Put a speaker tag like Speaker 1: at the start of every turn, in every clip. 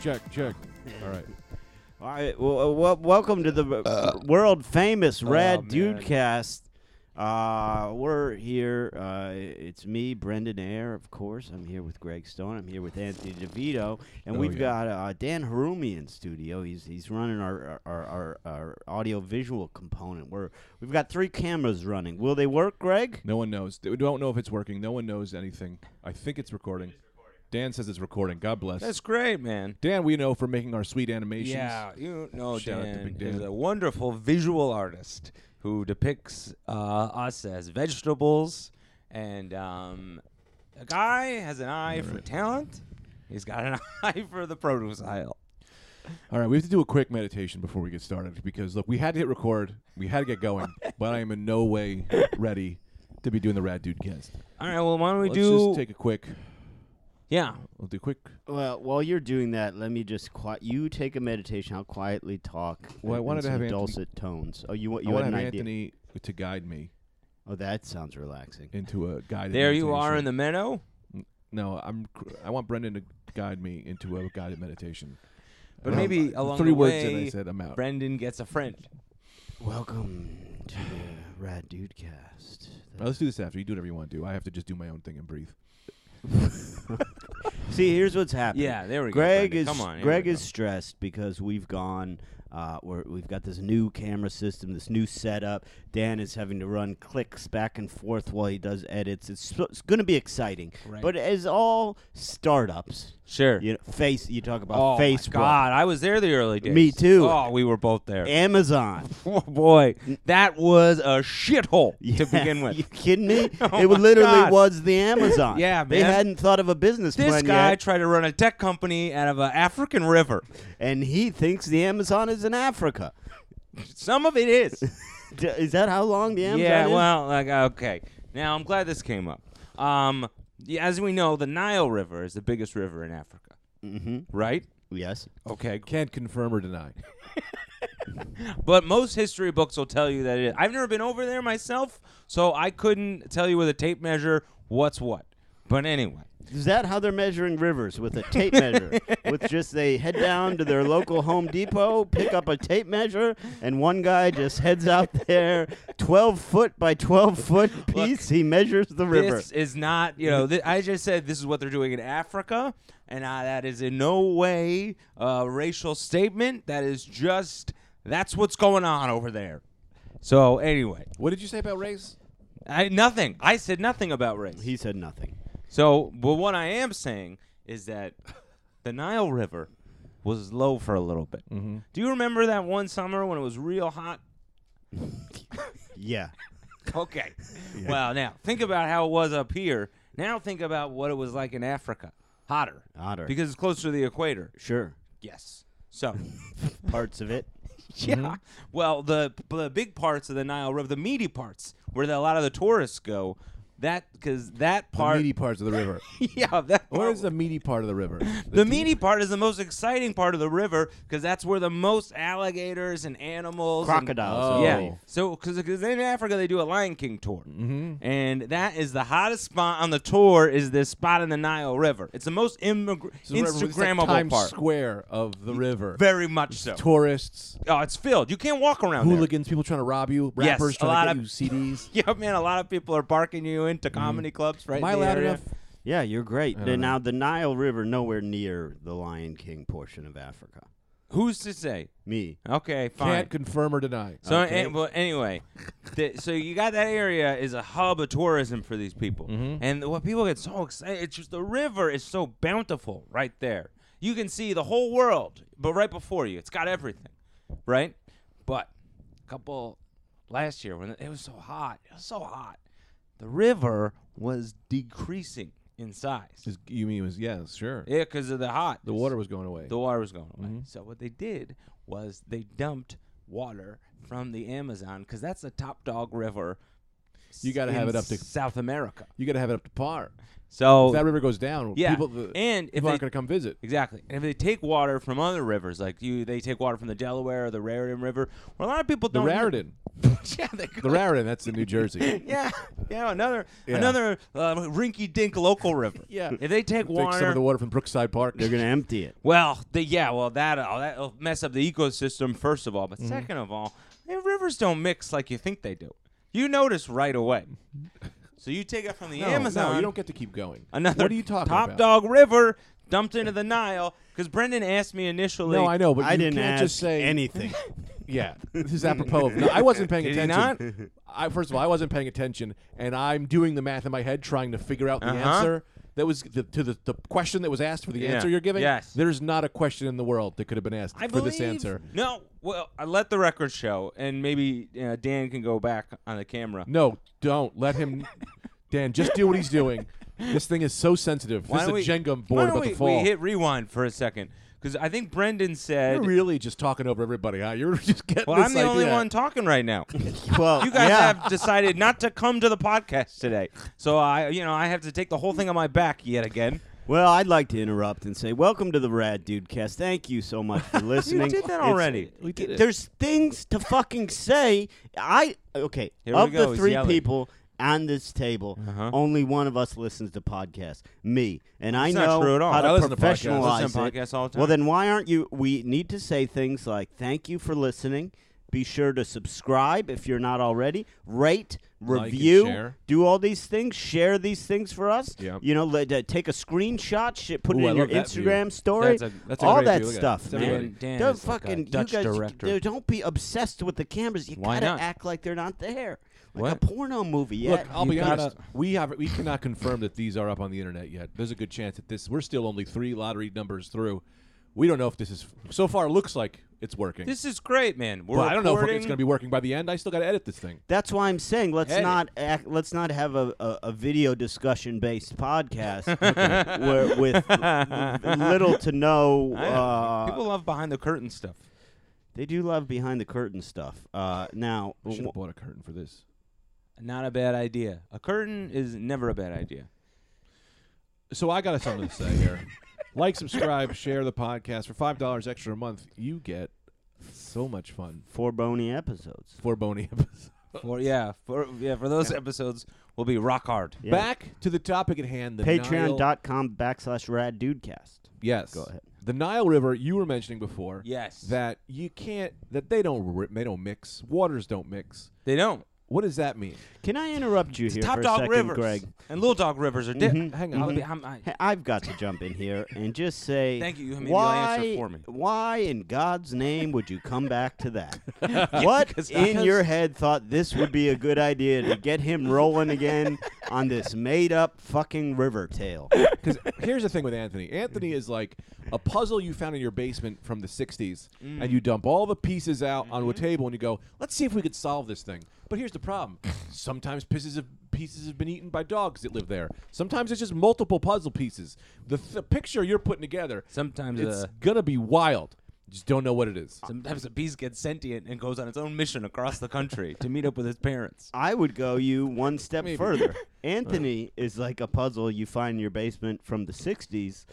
Speaker 1: check, check. All right.
Speaker 2: All right. Well, uh, wel- welcome to the world famous Rad
Speaker 1: Uh, oh, man.
Speaker 2: Dudecast. Uh, we're here. Uh, it's me, Brendan Ayer, of course. I'm here with Greg Stone. I'm here with Anthony DeVito, and
Speaker 1: Oh,
Speaker 2: we've
Speaker 1: yeah.
Speaker 2: got uh, Dan Harumi in studio. He's he's running our our, our, our audio visual component. We're we've got three cameras running. Will they work, Greg?
Speaker 1: No one knows. They don't know if it's working. No one knows anything. I think it's recording. Dan says it's recording. God bless.
Speaker 3: That's great, man.
Speaker 1: Dan, we know for making our sweet animations.
Speaker 3: Yeah, you know
Speaker 1: Shout out to
Speaker 3: Dan
Speaker 1: Big
Speaker 3: is
Speaker 1: Dan.
Speaker 3: a wonderful visual artist who depicts uh, us as vegetables, and um, a guy has an eye for talent. He's got an eye for the produce aisle.
Speaker 1: All right, we have to do a quick meditation before we get started because look, we had to hit record, we had to get going, but I am in no way ready to be doing the Rad Dude guest.
Speaker 3: All right, well, why don't we
Speaker 1: Let's
Speaker 3: do?
Speaker 1: just take a quick.
Speaker 3: yeah,
Speaker 1: We'll do quick.
Speaker 2: Well, while you're doing that, let me just qui- you take a meditation. I'll quietly talk.
Speaker 1: Well, I
Speaker 2: in- in
Speaker 1: wanted to
Speaker 2: some
Speaker 1: have Anthony-
Speaker 2: dulcet tones. Oh, you want
Speaker 1: I
Speaker 2: you
Speaker 1: want
Speaker 2: had
Speaker 1: to
Speaker 2: an
Speaker 1: have
Speaker 2: idea?
Speaker 1: Anthony to guide me
Speaker 2: Oh, that sounds relaxing.
Speaker 1: into a guided.
Speaker 3: there you are
Speaker 1: meditation.
Speaker 3: in the meadow.
Speaker 1: No, I'm. cr- I want Brendan to guide me into a guided meditation.
Speaker 3: But
Speaker 1: Um,
Speaker 3: maybe
Speaker 1: the
Speaker 3: along
Speaker 1: three
Speaker 3: the
Speaker 1: words that I
Speaker 3: way,
Speaker 1: said. I'm out.
Speaker 3: Brendan gets a friend.
Speaker 2: Welcome to the Rad Dudecast.
Speaker 1: All
Speaker 3: Oh,
Speaker 1: right, let's do this after. You do whatever you want to do. I have to just do my own thing and breathe.
Speaker 2: See, here's what's happening.
Speaker 3: Yeah, there we go.
Speaker 2: Greg
Speaker 3: Brendan.
Speaker 2: is
Speaker 3: Come on, here
Speaker 2: Greg
Speaker 3: we
Speaker 2: is stressed because we've gone. Uh, we're, we've got this new camera system, this new setup. Dan is having to run clicks back and forth while he does edits. It's, so- it's going to be exciting,
Speaker 3: Right.
Speaker 2: but as all startups,
Speaker 3: go. sure.
Speaker 2: you know, face you talk about
Speaker 3: oh
Speaker 2: Facebook,
Speaker 3: my God, I was there the early days.
Speaker 2: Me too.
Speaker 3: Oh, we were both there.
Speaker 2: Amazon.
Speaker 3: Oh boy, that was a shithole to begin
Speaker 2: you
Speaker 3: with.
Speaker 2: kidding me?
Speaker 3: Oh
Speaker 2: it
Speaker 3: my
Speaker 2: literally
Speaker 3: God.
Speaker 2: was the Amazon.
Speaker 3: Yeah,
Speaker 2: They
Speaker 3: man.
Speaker 2: hadn't thought of a business
Speaker 3: This
Speaker 2: plan
Speaker 3: guy
Speaker 2: yet,
Speaker 3: tried to run a tech company out of an African river.
Speaker 2: and he thinks the Amazon is in Africa.
Speaker 3: Some of it is.
Speaker 2: D- Is that how long the Amazon
Speaker 3: yeah,
Speaker 2: is?
Speaker 3: well, like okay. Now I'm glad this came up. Um, yeah, as we know, the Nile River is the biggest river in Africa,
Speaker 2: Mm-hmm.
Speaker 3: right?
Speaker 2: Yes.
Speaker 3: Okay,
Speaker 1: Can't confirm or deny.
Speaker 3: but most history books will tell you that it is. I've never been over there myself, so I couldn't tell you with a tape measure what's what. But anyway,
Speaker 2: Is that how they're measuring rivers with a tape measure? with just they head down to their local Home Depot, pick up a tape measure, and one guy just heads out there, twelve foot by twelve foot piece. he measures the river.
Speaker 3: This is not, you know, th- I just said this is what they're doing in Africa, and uh, that is in no way a racial statement. That is just, that's what's going on over there. So, anyway,
Speaker 1: What did you say about race?
Speaker 3: I, nothing. I said nothing about race.
Speaker 2: He said nothing.
Speaker 3: So, but what I am saying is that the Nile River was low for a little bit.
Speaker 2: Mm-hmm.
Speaker 3: Do you remember that one summer when it was real hot?
Speaker 2: Yeah.
Speaker 3: Okay. Well, now think about how it was up here. Now think about what it was like in Africa. Hotter.
Speaker 2: Otter.
Speaker 3: Because it's closer to the equator.
Speaker 2: sure.
Speaker 3: Yes. So,
Speaker 2: Parts of it.
Speaker 3: yeah. Well, the the big parts of the Nile River, the meaty parts, where the, a lot of the tourists go, that because that
Speaker 1: The
Speaker 3: part,
Speaker 1: meaty parts of the river.
Speaker 3: yeah, that part,
Speaker 1: Where's the meaty part of the river?
Speaker 3: the meaty part is the most exciting part of the river because that's where the most alligators and animals, and-
Speaker 2: Crocodiles.
Speaker 1: Oh.
Speaker 3: Yeah. So, because in Africa they do a Lion King tour, mm-hmm. and that is the hottest spot on the tour is this spot in the Nile River. It's the most immigr-
Speaker 1: It's the river- it's like
Speaker 3: Instagrammable
Speaker 1: Times
Speaker 3: part.
Speaker 1: Square of the river.
Speaker 3: Very much so.
Speaker 1: Tourists,
Speaker 3: Oh, it's filled. You can't walk around there.
Speaker 1: hooligans, people trying to rob you,
Speaker 3: Yes,
Speaker 1: rappers
Speaker 3: a
Speaker 1: trying
Speaker 3: lot
Speaker 1: to
Speaker 3: of-
Speaker 1: get you CDs.
Speaker 3: Yeah, man, a lot of people are barking you into comedy clubs right
Speaker 1: Mm-hmm. Am I
Speaker 3: in the
Speaker 1: loud
Speaker 3: area.
Speaker 1: enough?
Speaker 2: Yeah, you're great.
Speaker 1: don't know.
Speaker 2: now the Nile River nowhere near the Lion King portion of Africa.
Speaker 3: Who's to say?
Speaker 2: Me.
Speaker 3: Okay, fine.
Speaker 1: Can't confirm or deny. Uh,
Speaker 3: so,
Speaker 2: okay.
Speaker 3: an- well, anyway, the, so you got that area is a hub of tourism for these people,
Speaker 1: Mm-hmm.
Speaker 3: and what people get so excited, it's just the river is so bountiful right there. You can see the whole world, but right before you, it's got everything, right? But a couple last year when it was so hot, it was so hot, the river was decreasing in size.
Speaker 1: Just- you mean it was yes, sure.
Speaker 3: Yeah, because of the hot.
Speaker 1: the water was going away.
Speaker 3: The water was going
Speaker 1: Mm-hmm.
Speaker 3: away. So what they did was they dumped water from the Amazon because that's the top dog river.
Speaker 1: You gotta
Speaker 3: s-
Speaker 1: have
Speaker 3: in
Speaker 1: it up to-
Speaker 3: South America.
Speaker 1: you got to have it up to par.
Speaker 3: So
Speaker 1: If that river goes down,
Speaker 3: Oh. yeah,
Speaker 1: people, the,
Speaker 3: and if
Speaker 1: people
Speaker 3: they,
Speaker 1: aren't going to come visit.
Speaker 3: exactly, and if they take water from other rivers, like you, they take water from the Delaware or the Raritan River, where a lot of people
Speaker 1: The
Speaker 3: don't. know-
Speaker 1: Raritan.
Speaker 3: yeah, they could.
Speaker 1: The Raritan, that's in New Jersey.
Speaker 3: Yeah, yeah, another
Speaker 1: Yeah.
Speaker 3: another uh, rinky-dink local river.
Speaker 1: Yeah.
Speaker 3: if they
Speaker 1: Take
Speaker 3: take
Speaker 1: some
Speaker 3: water,
Speaker 1: of the water from Brookside Park.
Speaker 2: They're gonna empty it.
Speaker 3: well, the, yeah, well that uh, that'll mess up the ecosystem first of all,
Speaker 1: Mm-hmm.
Speaker 3: but second of all, the rivers don't mix like you think they do. You notice right away. So you take it from the
Speaker 1: No,
Speaker 3: Amazon.
Speaker 1: No, you don't get to keep going.
Speaker 3: another
Speaker 1: What are you talking
Speaker 3: top
Speaker 1: about?
Speaker 3: dog river dumped into the Nile. Because Brendan asked me initially.
Speaker 1: No, I know, but
Speaker 2: I
Speaker 1: you
Speaker 2: didn't
Speaker 1: can't
Speaker 2: ask
Speaker 1: just say
Speaker 2: anything.
Speaker 1: Yeah, this is apropos. Of, no, I wasn't paying
Speaker 3: Did he
Speaker 1: attention. I first of all, I wasn't paying attention, and I'm doing the math in my head, trying to figure out the
Speaker 3: Uh-huh.
Speaker 1: answer that was the, to the, the question that was asked for the
Speaker 3: Yeah.
Speaker 1: answer you're giving.
Speaker 3: Yes.
Speaker 1: there's not a question in the world that could have been asked
Speaker 3: I
Speaker 1: for
Speaker 3: believe,
Speaker 1: this answer.
Speaker 3: No, well, I let the record show, and maybe uh, Dan can go back on the camera.
Speaker 1: No, don't let him. Dan, just do what he's doing. This thing is so sensitive.
Speaker 3: Why
Speaker 1: this is a
Speaker 3: don't we-
Speaker 1: Jenga
Speaker 3: why
Speaker 1: board
Speaker 3: don't
Speaker 1: about
Speaker 3: we,
Speaker 1: to fall.
Speaker 3: We hit rewind for a second because I think Brendan
Speaker 1: you're
Speaker 3: said,
Speaker 1: really just talking over everybody. Huh? You're just getting.
Speaker 3: "Well, I'm
Speaker 1: this
Speaker 3: the only
Speaker 1: idea.
Speaker 3: one talking right now.
Speaker 2: Well,
Speaker 3: you guys
Speaker 2: yeah.
Speaker 3: have decided not to come to the podcast today, so I, you know, I have to take the whole thing on my back yet again."
Speaker 2: Well, I'd like to interrupt and say, welcome to the Rad Dude Cast. Thank you so much for listening.
Speaker 3: did
Speaker 2: It's-
Speaker 3: that already.
Speaker 1: We did it.
Speaker 2: There's things to fucking say. I okay.
Speaker 3: Here we
Speaker 2: of
Speaker 3: go,
Speaker 2: the
Speaker 3: he's
Speaker 2: three
Speaker 3: yelling.
Speaker 2: people on this table,
Speaker 3: Uh-huh.
Speaker 2: only one of us listens to podcasts. Me, and I
Speaker 3: That's not
Speaker 2: know
Speaker 3: true at all.
Speaker 2: how to
Speaker 1: I listen to podcasts.
Speaker 2: professionalize
Speaker 1: I
Speaker 3: listen to
Speaker 2: it.
Speaker 3: podcasts all the time.
Speaker 2: Well, then why aren't you? We need to say things like, "Thank you for listening." Be sure to subscribe if you're not already. Rate,
Speaker 1: Like and
Speaker 2: review,
Speaker 1: share.
Speaker 2: do all these things. Share these things for us.
Speaker 1: Yep.
Speaker 2: You know, let, uh, take a screenshot, shit, put
Speaker 1: Ooh,
Speaker 2: it
Speaker 1: I
Speaker 2: in your
Speaker 1: love that view.
Speaker 2: Instagram story.
Speaker 3: That's a- that's a
Speaker 2: all
Speaker 3: great
Speaker 2: that
Speaker 1: view. Look at that.
Speaker 2: stuff,
Speaker 1: It's
Speaker 2: man.
Speaker 1: everybody.
Speaker 3: Dan, Dan
Speaker 2: don't
Speaker 3: is like a
Speaker 2: fucking
Speaker 3: Dutch
Speaker 2: you guys
Speaker 3: director.
Speaker 2: dude, don't be obsessed with the cameras. You
Speaker 3: Why
Speaker 2: gotta
Speaker 3: not?
Speaker 2: act like they're not there. Like a
Speaker 3: What?
Speaker 2: porno movie. Yeah.
Speaker 1: Look, I'll
Speaker 2: you
Speaker 1: be
Speaker 2: gotta-
Speaker 1: honest. We have we cannot confirm that these are up on the internet yet. There's a good chance that this we're still only three lottery numbers through. We don't know if this is so far. It looks like it's working.
Speaker 3: This is great, man. We're
Speaker 1: but I don't know if it's
Speaker 3: recording-
Speaker 1: going to be working by the end. I still got to edit this thing.
Speaker 2: That's why I'm saying let's
Speaker 3: Edit.
Speaker 2: not act, let's not have a, a, a video discussion based podcast where, with little to no.
Speaker 3: I know.
Speaker 2: Uh,
Speaker 3: People love behind the curtain stuff.
Speaker 2: they do love behind the curtain stuff. Uh, now,
Speaker 1: I should
Speaker 2: w-
Speaker 1: have bought a curtain for this.
Speaker 3: Not a bad idea. A curtain is never a bad idea.
Speaker 1: So I got something to say here. Like, subscribe, share the podcast for five dollars extra a month. You get so much fun
Speaker 2: four bony episodes.
Speaker 1: for bony episodes.
Speaker 3: For yeah, for yeah, for those episodes will be rock hard.
Speaker 2: Yeah.
Speaker 1: Back to the topic at hand. The Nile-
Speaker 2: Patreon.com backslash rad dudecast.
Speaker 1: Yes.
Speaker 2: Go ahead.
Speaker 1: The Nile River you were mentioning before.
Speaker 3: Yes.
Speaker 1: That you can't. That they don't. ri- They don't mix. Waters don't mix.
Speaker 3: They don't.
Speaker 1: What does that mean?
Speaker 2: Can I interrupt you here
Speaker 3: Top
Speaker 2: for a
Speaker 3: Dog
Speaker 2: second,
Speaker 3: Rivers
Speaker 2: Greg?
Speaker 3: and Little Dog Rivers are different.
Speaker 1: Hang
Speaker 3: I'll
Speaker 1: on.
Speaker 3: be- I'm- I-
Speaker 2: Hey, I've got to jump in here and just say,
Speaker 3: Thank you. You made the
Speaker 2: why,
Speaker 3: answer for me.
Speaker 2: why in God's name would you come back to that? what
Speaker 3: because-
Speaker 2: in
Speaker 3: because-
Speaker 2: your head thought this would be a good idea to get him rolling again on this made-up fucking river tale?
Speaker 1: Because here's the thing with Anthony. Anthony is like a puzzle you found in your basement from the '60s, and you dump all the pieces out onto a table, and you go, "Let's see if we could solve this thing." But here's the problem: sometimes pieces of pieces have been eaten by dogs that live there. Sometimes it's just multiple puzzle pieces. The, th- the picture you're putting together,
Speaker 3: Sometimes uh,
Speaker 1: it's
Speaker 3: the-
Speaker 1: gonna be wild. Just don't know what it is.
Speaker 3: Sometimes a beast gets sentient and goes on its own mission across the country to meet up with its parents.
Speaker 2: I would go you one step
Speaker 1: Maybe. Uh.
Speaker 2: further. Anthony is like a puzzle you find in your basement from the 60s,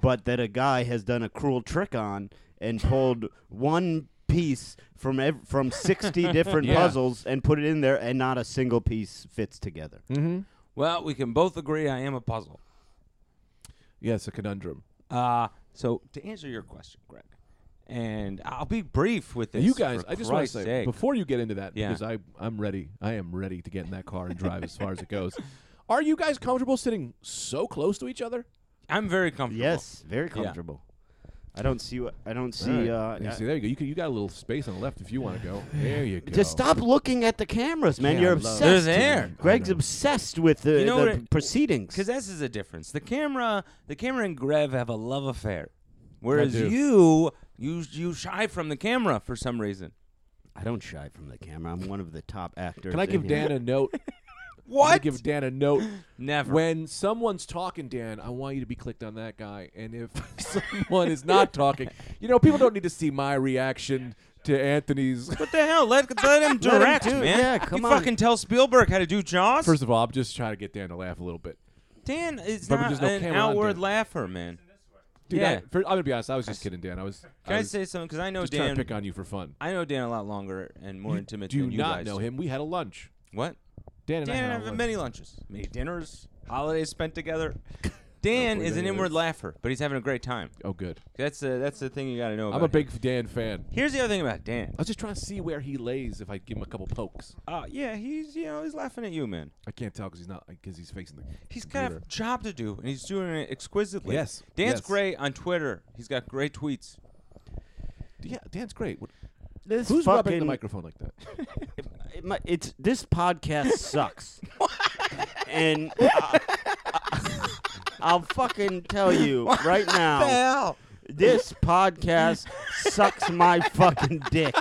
Speaker 2: but that a guy has done a cruel trick on and pulled one piece from ev- from 60 different
Speaker 1: Yeah.
Speaker 2: puzzles and put it in there and not a single piece fits together.
Speaker 3: Well, we can both agree I am a puzzle.
Speaker 1: Yeah, it's a conundrum.
Speaker 3: Uh, so to answer your question, Greg, and I'll be brief with this.
Speaker 1: you guys,
Speaker 3: for
Speaker 1: I just want
Speaker 3: Christ's
Speaker 1: to say
Speaker 3: sake.
Speaker 1: before you get into that,
Speaker 3: Yeah.
Speaker 1: because I I'm ready. I am ready to get in that car and drive as far as it goes. Are you guys comfortable sitting so close to each other?
Speaker 3: I'm very comfortable.
Speaker 2: Yes, very comfortable. I don't see what I don't see uh,
Speaker 1: You
Speaker 2: I-
Speaker 1: see, there you go. You, can, you got a little space on the left if you want to go. There you go.
Speaker 2: just stop looking at the cameras, man.
Speaker 1: Yeah,
Speaker 2: You're
Speaker 1: I love it.
Speaker 2: obsessed.
Speaker 3: They're there.
Speaker 2: Greg's obsessed with the,
Speaker 3: You know
Speaker 2: the
Speaker 3: what it-
Speaker 2: proceedings.
Speaker 3: Because this is a difference. The camera, the camera and Grev have a love affair, whereas
Speaker 1: do.
Speaker 3: you, you, you shy from the camera for some reason.
Speaker 2: I don't shy from the camera. I'm one of the top actors.
Speaker 1: Can I
Speaker 2: in
Speaker 1: give
Speaker 2: here.
Speaker 1: Dan a note? Can I
Speaker 3: What?
Speaker 1: give Dan a note?
Speaker 3: Never.
Speaker 1: When someone's talking, Dan, I want you to be clicked on that guy. And if someone is not talking, you know, people don't need to see my reaction to Anthony's.
Speaker 3: What the hell? Let, let him
Speaker 2: him
Speaker 3: direct,
Speaker 2: do it.
Speaker 3: man.
Speaker 2: Yeah, come
Speaker 3: you
Speaker 2: on.
Speaker 3: fucking tell Spielberg how to do Jaws.
Speaker 1: First of all, I'm just trying to get Dan to laugh a little bit.
Speaker 3: Dan is
Speaker 1: But
Speaker 3: not
Speaker 1: there's no
Speaker 3: an
Speaker 1: camera on
Speaker 3: outward
Speaker 1: Dan.
Speaker 3: laugher, man.
Speaker 1: Dude,
Speaker 3: Yeah.
Speaker 1: I, for, I'm gonna be honest. I was just kidding, Dan. I was.
Speaker 3: Can I,
Speaker 1: was
Speaker 3: say something? Because I know
Speaker 1: just trying to
Speaker 3: Dan.
Speaker 1: pick on you for fun.
Speaker 3: I know Dan a lot longer and more intimate
Speaker 1: Do
Speaker 3: than you
Speaker 1: not
Speaker 3: guys.
Speaker 1: know him. We had a lunch.
Speaker 3: What?
Speaker 1: Dan and
Speaker 3: Dan
Speaker 1: I
Speaker 3: and I
Speaker 1: had
Speaker 3: have
Speaker 1: a lunch.
Speaker 3: many lunches, many dinners, holidays spent together. Dan
Speaker 1: believe
Speaker 3: is an
Speaker 1: any of
Speaker 3: inward
Speaker 1: this.
Speaker 3: laugher, but he's having a great time.
Speaker 1: Oh, good.
Speaker 3: That's the that's the thing you got to know. About
Speaker 1: I'm a
Speaker 3: him.
Speaker 1: big Uh, Dan fan.
Speaker 3: Here's the other thing about Dan.
Speaker 1: I was just trying to see where he lays if I give him a couple pokes.
Speaker 3: Uh, yeah, he's you know he's laughing at you, man.
Speaker 1: I can't tell because he's not because he's facing the.
Speaker 3: He's got
Speaker 1: computer.
Speaker 3: a job to do, and he's doing it exquisitely.
Speaker 1: Yes,
Speaker 3: Dan's
Speaker 1: yes.
Speaker 3: great on Twitter. He's got great tweets.
Speaker 1: Yeah, Dan's great. What,
Speaker 2: This
Speaker 1: who's rubbing the
Speaker 2: fucking-
Speaker 1: microphone like that?
Speaker 2: it mi- it's this podcast sucks. and I, will fucking tell you right now,
Speaker 3: hell?
Speaker 2: this podcast sucks my fucking dick.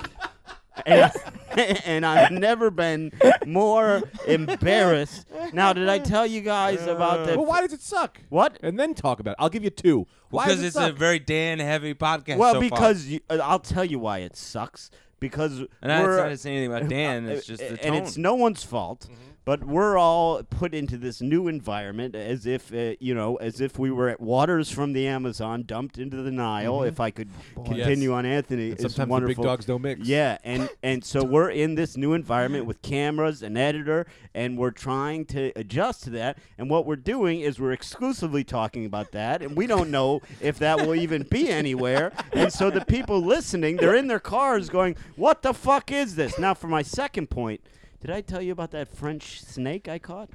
Speaker 2: And, I, and I've never been more embarrassed. Now, did I tell you guys about
Speaker 1: well,
Speaker 2: the
Speaker 1: why does it suck?
Speaker 2: what?
Speaker 1: And then talk about it. I'll give you two. Why
Speaker 3: Because
Speaker 1: does it
Speaker 3: it's a
Speaker 1: suck?
Speaker 3: very Dan heavy podcast.
Speaker 2: Well,
Speaker 3: so far.
Speaker 2: because you, uh, I'll tell you why it sucks. Because
Speaker 3: and I
Speaker 2: we're
Speaker 3: not to say anything about Dan. It's just the tone.
Speaker 2: and it's no one's fault. But we're all put into this new environment as if uh, you know, as if we were at waters from the Amazon dumped into the Nile.
Speaker 3: Mm-hmm.
Speaker 2: If I could continue
Speaker 1: Yes.
Speaker 2: on, Anthony,
Speaker 1: And
Speaker 2: it's
Speaker 1: sometimes the big
Speaker 2: wonderful.
Speaker 1: dogs don't mix.
Speaker 2: Yeah, and and so we're in this new environment with cameras, an editor, and we're trying to adjust to that. And what we're doing is we're exclusively talking about that, and we don't know if that will even be anywhere. And so the people listening, they're in their cars going, "What the fuck is this?" Now for my second point, did I tell you about that French snake I caught?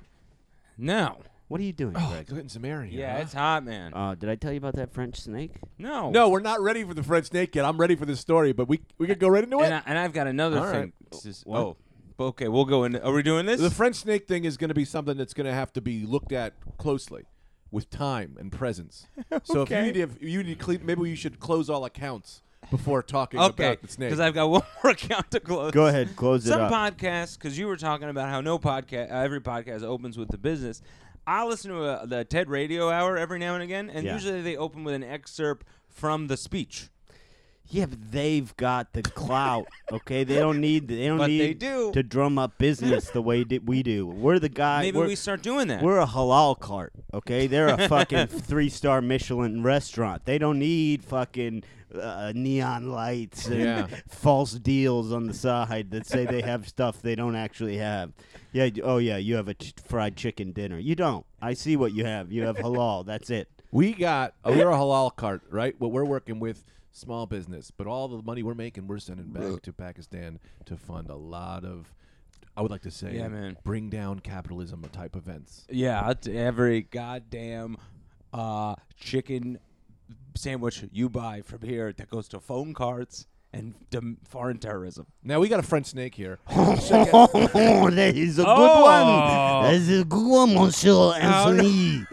Speaker 3: no.
Speaker 2: What are you doing,
Speaker 1: Oh,
Speaker 2: Greg?
Speaker 1: getting some air in here,
Speaker 3: Yeah,
Speaker 1: huh?
Speaker 3: it's hot, man.
Speaker 2: Uh, did I tell you about that French snake?
Speaker 3: no.
Speaker 1: No, we're not ready for the French snake yet. I'm ready for this story, but we we could go right into it.
Speaker 3: And, I, and I've got another
Speaker 1: All
Speaker 3: thing.
Speaker 1: right.
Speaker 3: This is-
Speaker 2: What?
Speaker 3: Oh, okay. We'll go into. Are we doing this?
Speaker 1: the French snake thing is going to be something that's going to have to be looked at closely, with time and presence. So if you
Speaker 3: Okay.
Speaker 1: need to, if you need to cle- maybe you should close all accounts before talking
Speaker 3: okay.
Speaker 1: about the snake.
Speaker 3: Because I've got one more account to close.
Speaker 2: Go ahead, close it
Speaker 3: Some
Speaker 2: up.
Speaker 3: podcasts, because you were talking about how no podcast, uh, every podcast opens with the business. I listen to uh the TED Radio Hour every now and again, and
Speaker 2: Yeah.
Speaker 3: usually they open with an excerpt from the speech.
Speaker 2: Yeah, but they've got the clout. Okay, they don't need they don't
Speaker 3: But they
Speaker 2: need
Speaker 3: do.
Speaker 2: to drum up business the way that we do. We're the guy.
Speaker 3: Maybe
Speaker 2: we're,
Speaker 3: we start doing that.
Speaker 2: we're a halal cart. Okay, they're a fucking three star Michelin restaurant. They don't need fucking uh, neon lights and
Speaker 1: Yeah.
Speaker 2: false deals on the side that say they have stuff they don't actually have. Yeah. y- Oh yeah, you have a ch- fried chicken dinner. You don't. I see what you have. You have halal. That's it.
Speaker 1: we got uh, we're a halal cart, right? What we're working with small business, but all the money we're making, we're sending back to Pakistan to fund a lot of. I would like to say,
Speaker 3: Yeah, man.
Speaker 1: bring down capitalism type events.
Speaker 3: Yeah, I'll t- every goddamn uh, chicken sandwich you buy from here that goes to phone cards and dem- foreign terrorism.
Speaker 1: Now we got a French snake here.
Speaker 2: Oh, that is a good
Speaker 3: Oh.
Speaker 2: one. That is a good one, Monsieur Anthony.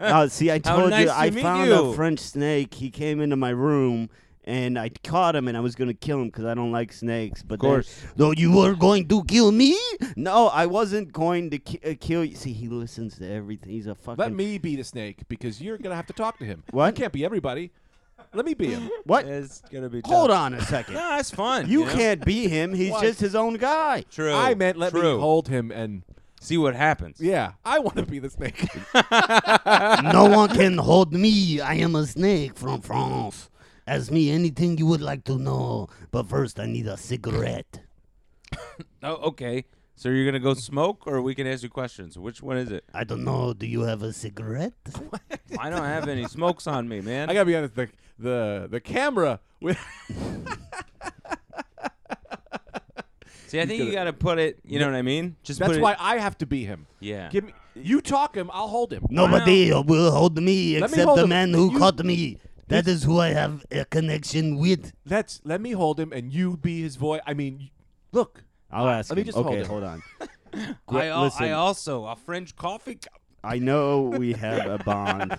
Speaker 2: oh, see, I
Speaker 3: How
Speaker 2: told
Speaker 3: nice
Speaker 2: you,
Speaker 3: to
Speaker 2: I
Speaker 3: meet
Speaker 2: found
Speaker 3: you.
Speaker 2: a French snake. He came into my room. And I caught him, and I was gonna kill him because I don't like snakes. But then-
Speaker 3: course.
Speaker 2: no, you were going to kill me. No, I wasn't going to ki- uh, kill you. See, he listens to everything. He's a fucking.
Speaker 1: Let me be the snake because you're gonna have to talk to him.
Speaker 2: What?
Speaker 1: You can't be everybody. Let me be him.
Speaker 2: what?
Speaker 3: It's gonna be.
Speaker 2: Hold on a second.
Speaker 3: No, it's fun.
Speaker 2: you
Speaker 3: know?
Speaker 2: can't be him. He's
Speaker 1: What?
Speaker 2: just his own guy.
Speaker 3: True.
Speaker 1: I meant let
Speaker 3: True.
Speaker 1: me hold him and
Speaker 3: See what happens.
Speaker 1: yeah, I want to be the snake.
Speaker 2: no one can hold me. I am a snake from France. Ask me anything you would like to know, but first I need a cigarette.
Speaker 3: Oh, okay. So you're gonna go smoke, or we can ask you questions. Which one is it?
Speaker 2: I don't know. Do you have a cigarette?
Speaker 3: I don't have any smokes on me, man.
Speaker 1: I gotta be honest. The the the camera with
Speaker 3: See, I think you
Speaker 1: gotta-
Speaker 3: gotta put it. You know what I mean? Just
Speaker 1: that's
Speaker 3: put
Speaker 1: why
Speaker 3: It,
Speaker 1: I have to be him.
Speaker 3: yeah.
Speaker 1: Give me you talk him, I'll hold him.
Speaker 2: Nobody will hold me
Speaker 1: Let me
Speaker 2: except
Speaker 1: hold
Speaker 2: the
Speaker 1: him.
Speaker 2: man who
Speaker 1: You-
Speaker 2: caught me. That is who I have a connection with.
Speaker 1: Let's let me hold him and you be his voice. I mean, y- look,
Speaker 2: I'll ask
Speaker 1: Let me him. just Okay, hold
Speaker 2: on.
Speaker 3: I, al- I
Speaker 2: listen.
Speaker 3: also a French coffee. cup.
Speaker 2: I know we have a bond.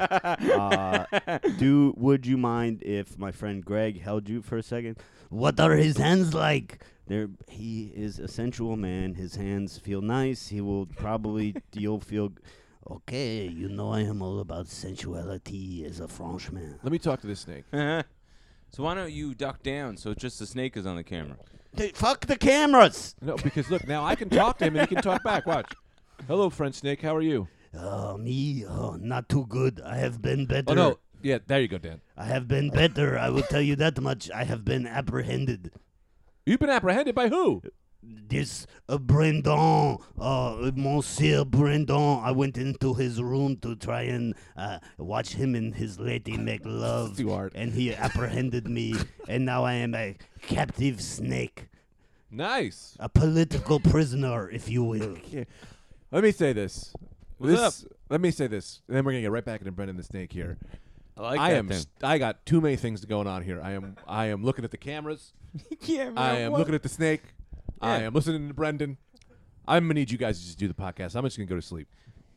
Speaker 2: Uh, do would you mind if my friend Greg held you for a second? What are his hands like? There, he is a sensual man. His hands feel nice. He will probably you'll feel okay. You know I am all about sensuality as a Frenchman.
Speaker 1: let me talk to this snake.
Speaker 3: So why don't you duck down so just the snake is on the camera?
Speaker 2: fuck the cameras.
Speaker 1: No, because look, now I can talk to him and he can talk back. Watch. Hello, French snake. How are you?
Speaker 2: Uh, Oh me, oh not too good. I have been better.
Speaker 1: Oh no, Yeah, there you go, Dan.
Speaker 4: I have been better. I will tell you that much. I have been apprehended.
Speaker 1: You've been apprehended by who?
Speaker 4: This uh, Brendan, uh, Monsieur Brendan, I went into his room to try and uh, watch him and his lady make love.
Speaker 1: Too hard.
Speaker 4: And he apprehended me, and now I am a captive snake,
Speaker 1: Nice.
Speaker 4: a political prisoner, if you will.
Speaker 1: Let me say this.
Speaker 3: What's
Speaker 1: This- Let me say this, and then we're gonna get right back into Brendan the Snake here.
Speaker 3: I like
Speaker 1: I
Speaker 3: that
Speaker 1: am.
Speaker 3: thing.
Speaker 1: st- I got too many things going on here. I am. I am looking at the cameras.
Speaker 5: yeah, man,
Speaker 1: I am
Speaker 5: what-
Speaker 1: looking at the snake. I
Speaker 3: Yeah.
Speaker 1: am listening to Brendan. I'm gonna need you guys to just do the podcast. I'm just gonna go to sleep.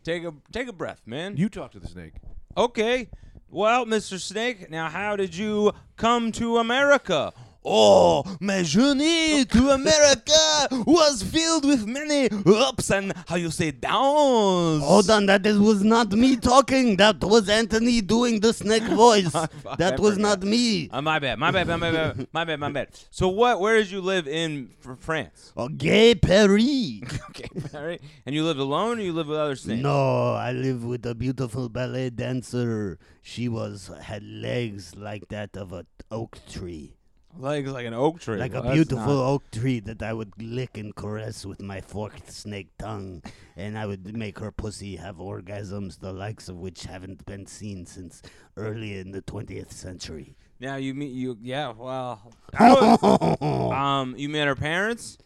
Speaker 3: Take a take a breath, man.
Speaker 1: You talk to the snake.
Speaker 3: Okay. Well, Mr. Snake, now how did you come to America? Oh, my journey to America was filled with many ups and how you say downs.
Speaker 4: Hold on, that is, was not me talking. That was Anthony doing the snake voice. that was
Speaker 3: forgot.
Speaker 4: not me.
Speaker 3: Uh, my bad, my bad, my bad, my bad, my bad, my bad. So what? Where did you live in fr- France?
Speaker 4: Oh, gay Perry.
Speaker 3: Okay, all right. And you lived alone, or you lived with other snakes?
Speaker 4: No, I live with a beautiful ballet dancer. She was had legs like that of a oak tree,
Speaker 3: like like an oak tree,
Speaker 4: like
Speaker 3: Well,
Speaker 4: a
Speaker 3: that's
Speaker 4: beautiful
Speaker 3: not-
Speaker 4: oak tree that I would lick and caress with my forked snake tongue, and I would make her pussy have orgasms the likes of which haven't been seen since early in the 20th century.
Speaker 3: Now you meet you, yeah. Well,
Speaker 4: no,
Speaker 3: um, you met her parents.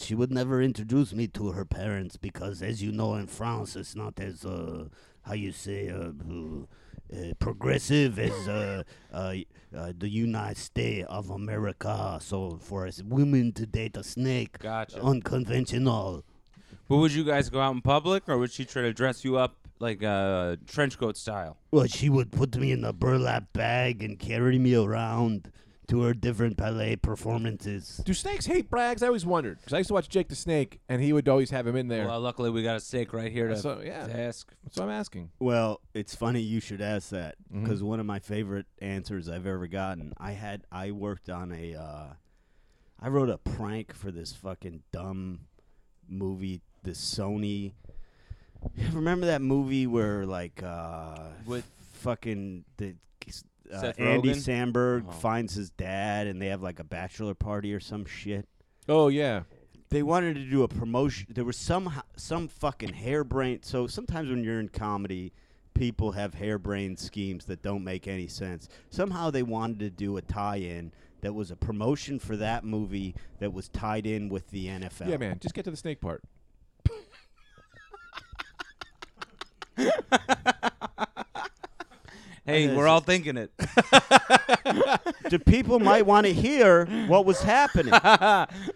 Speaker 4: she would never introduce me to her parents because, as you know, in France, it's not as uh, how you say uh, uh, uh, progressive as uh, uh, uh, the United States of America. So, for us women to date a snake,
Speaker 3: Gotcha.
Speaker 4: unconventional.
Speaker 3: But would you guys go out in public, or would she try to dress you up like uh, trench coat style?
Speaker 4: Well, she would put me in a burlap bag and carry me around to her different ballet performances.
Speaker 1: Do snakes hate brags? I always wondered because I used to watch Jake the Snake, and he would always have him in there.
Speaker 3: Well, luckily we got a snake right here to,
Speaker 1: So, yeah.
Speaker 3: to ask.
Speaker 1: so I'm asking.
Speaker 2: Well, it's funny you should ask that
Speaker 3: Mm-hmm.
Speaker 2: because one of my favorite answers I've ever gotten. I had I worked on a, uh, I wrote a prank for this fucking dumb movie, the Sony. Remember that movie where like uh,
Speaker 3: With-
Speaker 2: fucking the. Uh,
Speaker 3: Seth
Speaker 2: Andy
Speaker 3: Rogen?
Speaker 2: Sandberg
Speaker 3: Oh.
Speaker 2: finds his dad, and they have like a bachelor party or some shit
Speaker 1: Oh yeah.
Speaker 2: they wanted to do a promotion. There was some some fucking harebrained. So sometimes when you're in comedy, people have harebrained schemes that don't make any sense. Somehow they wanted to do a tie-in that was a promotion for that movie that was tied in with the NFL.
Speaker 1: Yeah, man. Just get to the snake part.
Speaker 3: Hey, we're all thinking it.
Speaker 2: The people might want to hear what was happening.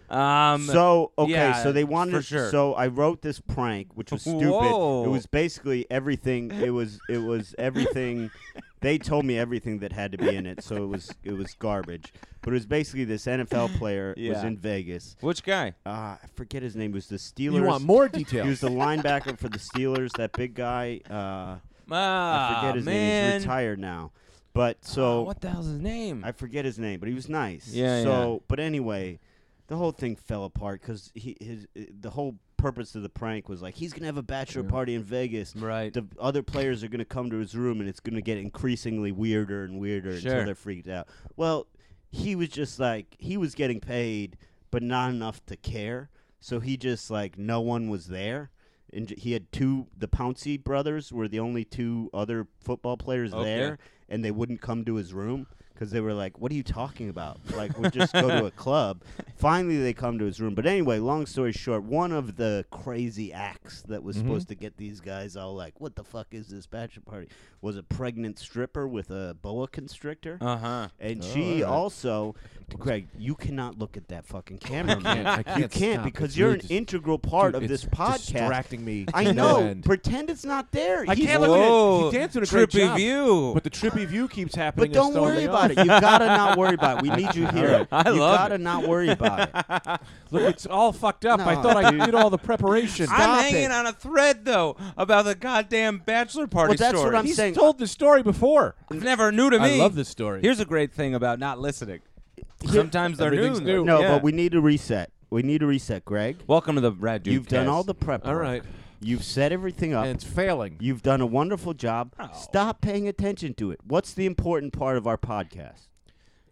Speaker 3: um,
Speaker 2: so okay,
Speaker 3: yeah,
Speaker 2: so they wanted.
Speaker 3: for sure.
Speaker 2: So I wrote this prank, which was stupid. It
Speaker 3: Whoa.
Speaker 2: was basically everything. It was it was everything. they told me everything that had to be in it, so it was it was garbage. But it was basically this NFL player was
Speaker 3: Yeah.
Speaker 2: in Vegas.
Speaker 3: which guy?
Speaker 2: Uh, I forget his name. It was the Steelers.
Speaker 1: You want more
Speaker 2: He was
Speaker 1: details?
Speaker 2: the linebacker for the Steelers. That big guy. Uh, I
Speaker 3: Ah,
Speaker 2: forget his
Speaker 3: man.
Speaker 2: name. He's retired now. But so
Speaker 3: Oh, what the hell's his name?
Speaker 2: I forget his name, but he was nice.
Speaker 3: Yeah,
Speaker 2: So, but anyway, the whole thing fell apart because he his uh, the whole purpose of the prank was like he's gonna have a bachelor party in Vegas.
Speaker 3: Right.
Speaker 2: The other players are gonna come to his room, and it's gonna get increasingly weirder and weirder
Speaker 3: Sure.
Speaker 2: until they're freaked out. Well, he was just like he was getting paid, but not enough to care. So he just like no one was there. And j- he had two. The Pouncey brothers were the only two other football players
Speaker 3: Okay.
Speaker 2: there, and they wouldn't come to his room because they were like, "What are you talking about? Like, we just go to a club." Finally, they come to his room. But anyway, long story short, one of the crazy acts that was
Speaker 1: Mm-hmm.
Speaker 2: supposed to get these guys all like, "What the fuck is this bachelor party?" was a pregnant stripper with a boa constrictor.
Speaker 3: uh huh.
Speaker 2: and
Speaker 1: oh,
Speaker 2: she also, Greg, you cannot look at that fucking camera,
Speaker 1: I can't-
Speaker 2: man.
Speaker 1: I can't
Speaker 2: You can't
Speaker 1: stop.
Speaker 2: because
Speaker 1: It's
Speaker 2: you're
Speaker 1: really
Speaker 2: an
Speaker 1: dis-
Speaker 2: integral part
Speaker 1: Dude,
Speaker 2: of
Speaker 1: it's
Speaker 2: this podcast.
Speaker 1: Distracting me.
Speaker 2: I
Speaker 1: to no
Speaker 2: know.
Speaker 1: end.
Speaker 2: Pretend it's not there.
Speaker 1: I
Speaker 2: He's
Speaker 1: can't look at
Speaker 3: Whoa,
Speaker 1: it. He's dancing a great
Speaker 3: trippy
Speaker 1: job.
Speaker 3: view.
Speaker 1: But the trippy view keeps happening.
Speaker 2: But don't worry about it. You gotta not worry about it. We need you here.
Speaker 3: I
Speaker 2: you
Speaker 3: love
Speaker 2: gotta
Speaker 3: it.
Speaker 2: not worry about it.
Speaker 1: Look, it's all fucked up. I
Speaker 2: No,
Speaker 1: thought I did all the preparation.
Speaker 3: I'm
Speaker 2: Stop
Speaker 3: hanging
Speaker 2: it.
Speaker 3: on a thread though about the goddamn bachelor party
Speaker 2: Well, that's
Speaker 3: story.
Speaker 2: what I'm
Speaker 1: He's
Speaker 2: saying.
Speaker 1: told the story before.
Speaker 3: It's never new to
Speaker 1: I
Speaker 3: me.
Speaker 1: love this story.
Speaker 3: Here's a great thing about not listening. Sometimes they're
Speaker 1: Everything's new.
Speaker 2: No,
Speaker 3: Yeah.
Speaker 2: but we need to reset. We need to reset, Greg.
Speaker 3: Welcome to the Brad Duke.
Speaker 2: You've done all the prep.
Speaker 1: all
Speaker 2: work.
Speaker 1: right.
Speaker 2: You've set everything up.
Speaker 1: and it's failing.
Speaker 2: You've done a wonderful job.
Speaker 3: Oh.
Speaker 2: Stop paying attention to it. What's the important part of our podcast?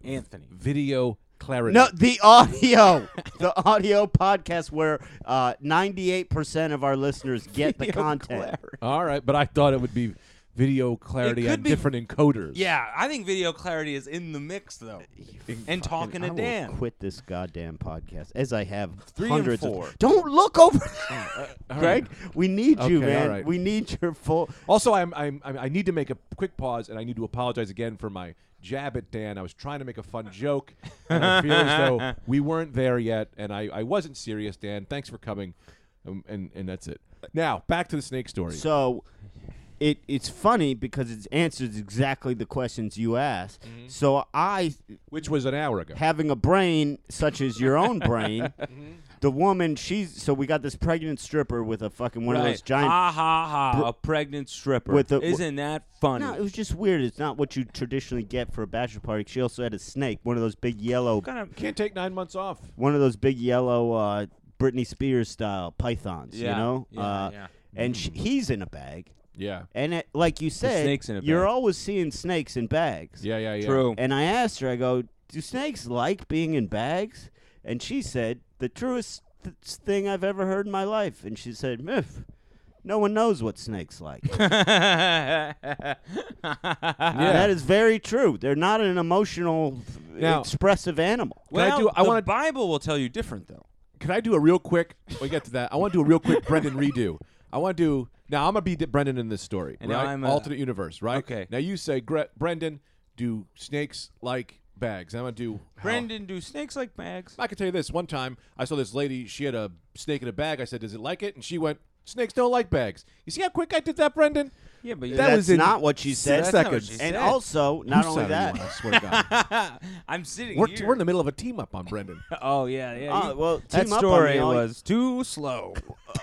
Speaker 3: Anthony.
Speaker 1: Video clarity.
Speaker 2: No, the audio. the audio podcast where uh, 98% of our listeners get the content.
Speaker 1: All right, but I thought it would be video clarity
Speaker 3: could
Speaker 1: on
Speaker 3: be-
Speaker 1: different encoders.
Speaker 3: Yeah, I think video clarity is in the mix though. And talking to
Speaker 2: I
Speaker 3: Dan.
Speaker 2: will quit this goddamn podcast as I have
Speaker 3: Three and
Speaker 2: hundreds
Speaker 3: four.
Speaker 2: of. Don't look over
Speaker 1: all right.
Speaker 2: Greg, we need you,
Speaker 1: Okay, all
Speaker 2: man.
Speaker 1: right.
Speaker 2: We need your full.
Speaker 1: Also, I'm, I'm, I'm, I need to make a quick pause, and I need to apologize again for my jab at Dan. I was trying to make a fun joke, and I feel as though we weren't there yet, and I, I wasn't serious, Dan. Thanks for coming, um, and, and that's it. Now, back to the snake story.
Speaker 2: So it it's funny because it answers exactly the questions you asked.
Speaker 1: Mm-hmm.
Speaker 2: So I
Speaker 1: which was an hour ago.
Speaker 2: having a brain such as your own brain,
Speaker 1: Mm-hmm.
Speaker 2: the woman she's so we got this pregnant stripper with a fucking one of those giant
Speaker 1: Ah.
Speaker 3: ha Ah, ha ha! a pregnant stripper.
Speaker 2: with a-
Speaker 3: Isn't that funny?
Speaker 2: No, it was just weird. It's not what you traditionally get for a bachelor party. She also had a snake, one of those big yellow
Speaker 3: kind of.
Speaker 1: Can't take nine months off.
Speaker 2: one of those big yellow uh, Britney Spears style pythons, you
Speaker 3: Yeah,
Speaker 2: know?
Speaker 3: yeah,
Speaker 2: uh,
Speaker 3: yeah.
Speaker 2: And sh he's in a bag.
Speaker 1: Yeah,
Speaker 2: And it, like you said,
Speaker 3: snake's in a
Speaker 2: you're
Speaker 3: bag.
Speaker 2: always seeing snakes in bags.
Speaker 1: yeah, yeah, yeah.
Speaker 3: True.
Speaker 2: And I asked her, I go, do snakes like being in bags? And she said, the truest th- thing I've ever heard in my life. And she said, Miff, no one knows what snakes like.
Speaker 1: Yeah.
Speaker 2: That is very true. They're not an emotional,
Speaker 1: Now-
Speaker 2: expressive animal.
Speaker 1: I
Speaker 3: well,
Speaker 1: do- I
Speaker 3: the
Speaker 1: wanna-
Speaker 3: Bible will tell you different though.
Speaker 1: Can I do a real quick? We get to that. I want to do a real quick Brendan redo. I want to do now. I'm gonna be Brendan in this story,
Speaker 3: And now
Speaker 1: right?
Speaker 3: I'm a-
Speaker 1: Alternate universe, right?
Speaker 3: Okay.
Speaker 1: Now you say, Gre- Brendan, do snakes like bags? I'm gonna do how-
Speaker 3: Brendan, do snakes like bags?
Speaker 1: I can tell you this. One time, I saw this lady. She had a snake in a bag. I said, "Does it like it?" And she went, "Snakes don't like bags." You see how quick I did that, Brendan?
Speaker 3: Yeah, but you-
Speaker 1: that
Speaker 2: That's
Speaker 1: was in
Speaker 2: not what she said.
Speaker 1: Six
Speaker 3: That's not what
Speaker 1: seconds.
Speaker 3: she
Speaker 2: And
Speaker 3: said.
Speaker 2: also, not
Speaker 1: Whose
Speaker 2: only
Speaker 1: side are you
Speaker 2: that.
Speaker 1: on? I swear to God,
Speaker 3: I'm sitting
Speaker 1: we're,
Speaker 3: here.
Speaker 1: we're in the middle of a team up on Brendan.
Speaker 3: oh yeah, yeah.
Speaker 2: Uh,
Speaker 3: you-
Speaker 2: well,
Speaker 3: that
Speaker 2: team up on
Speaker 3: story
Speaker 2: me, all you-
Speaker 3: was too slow.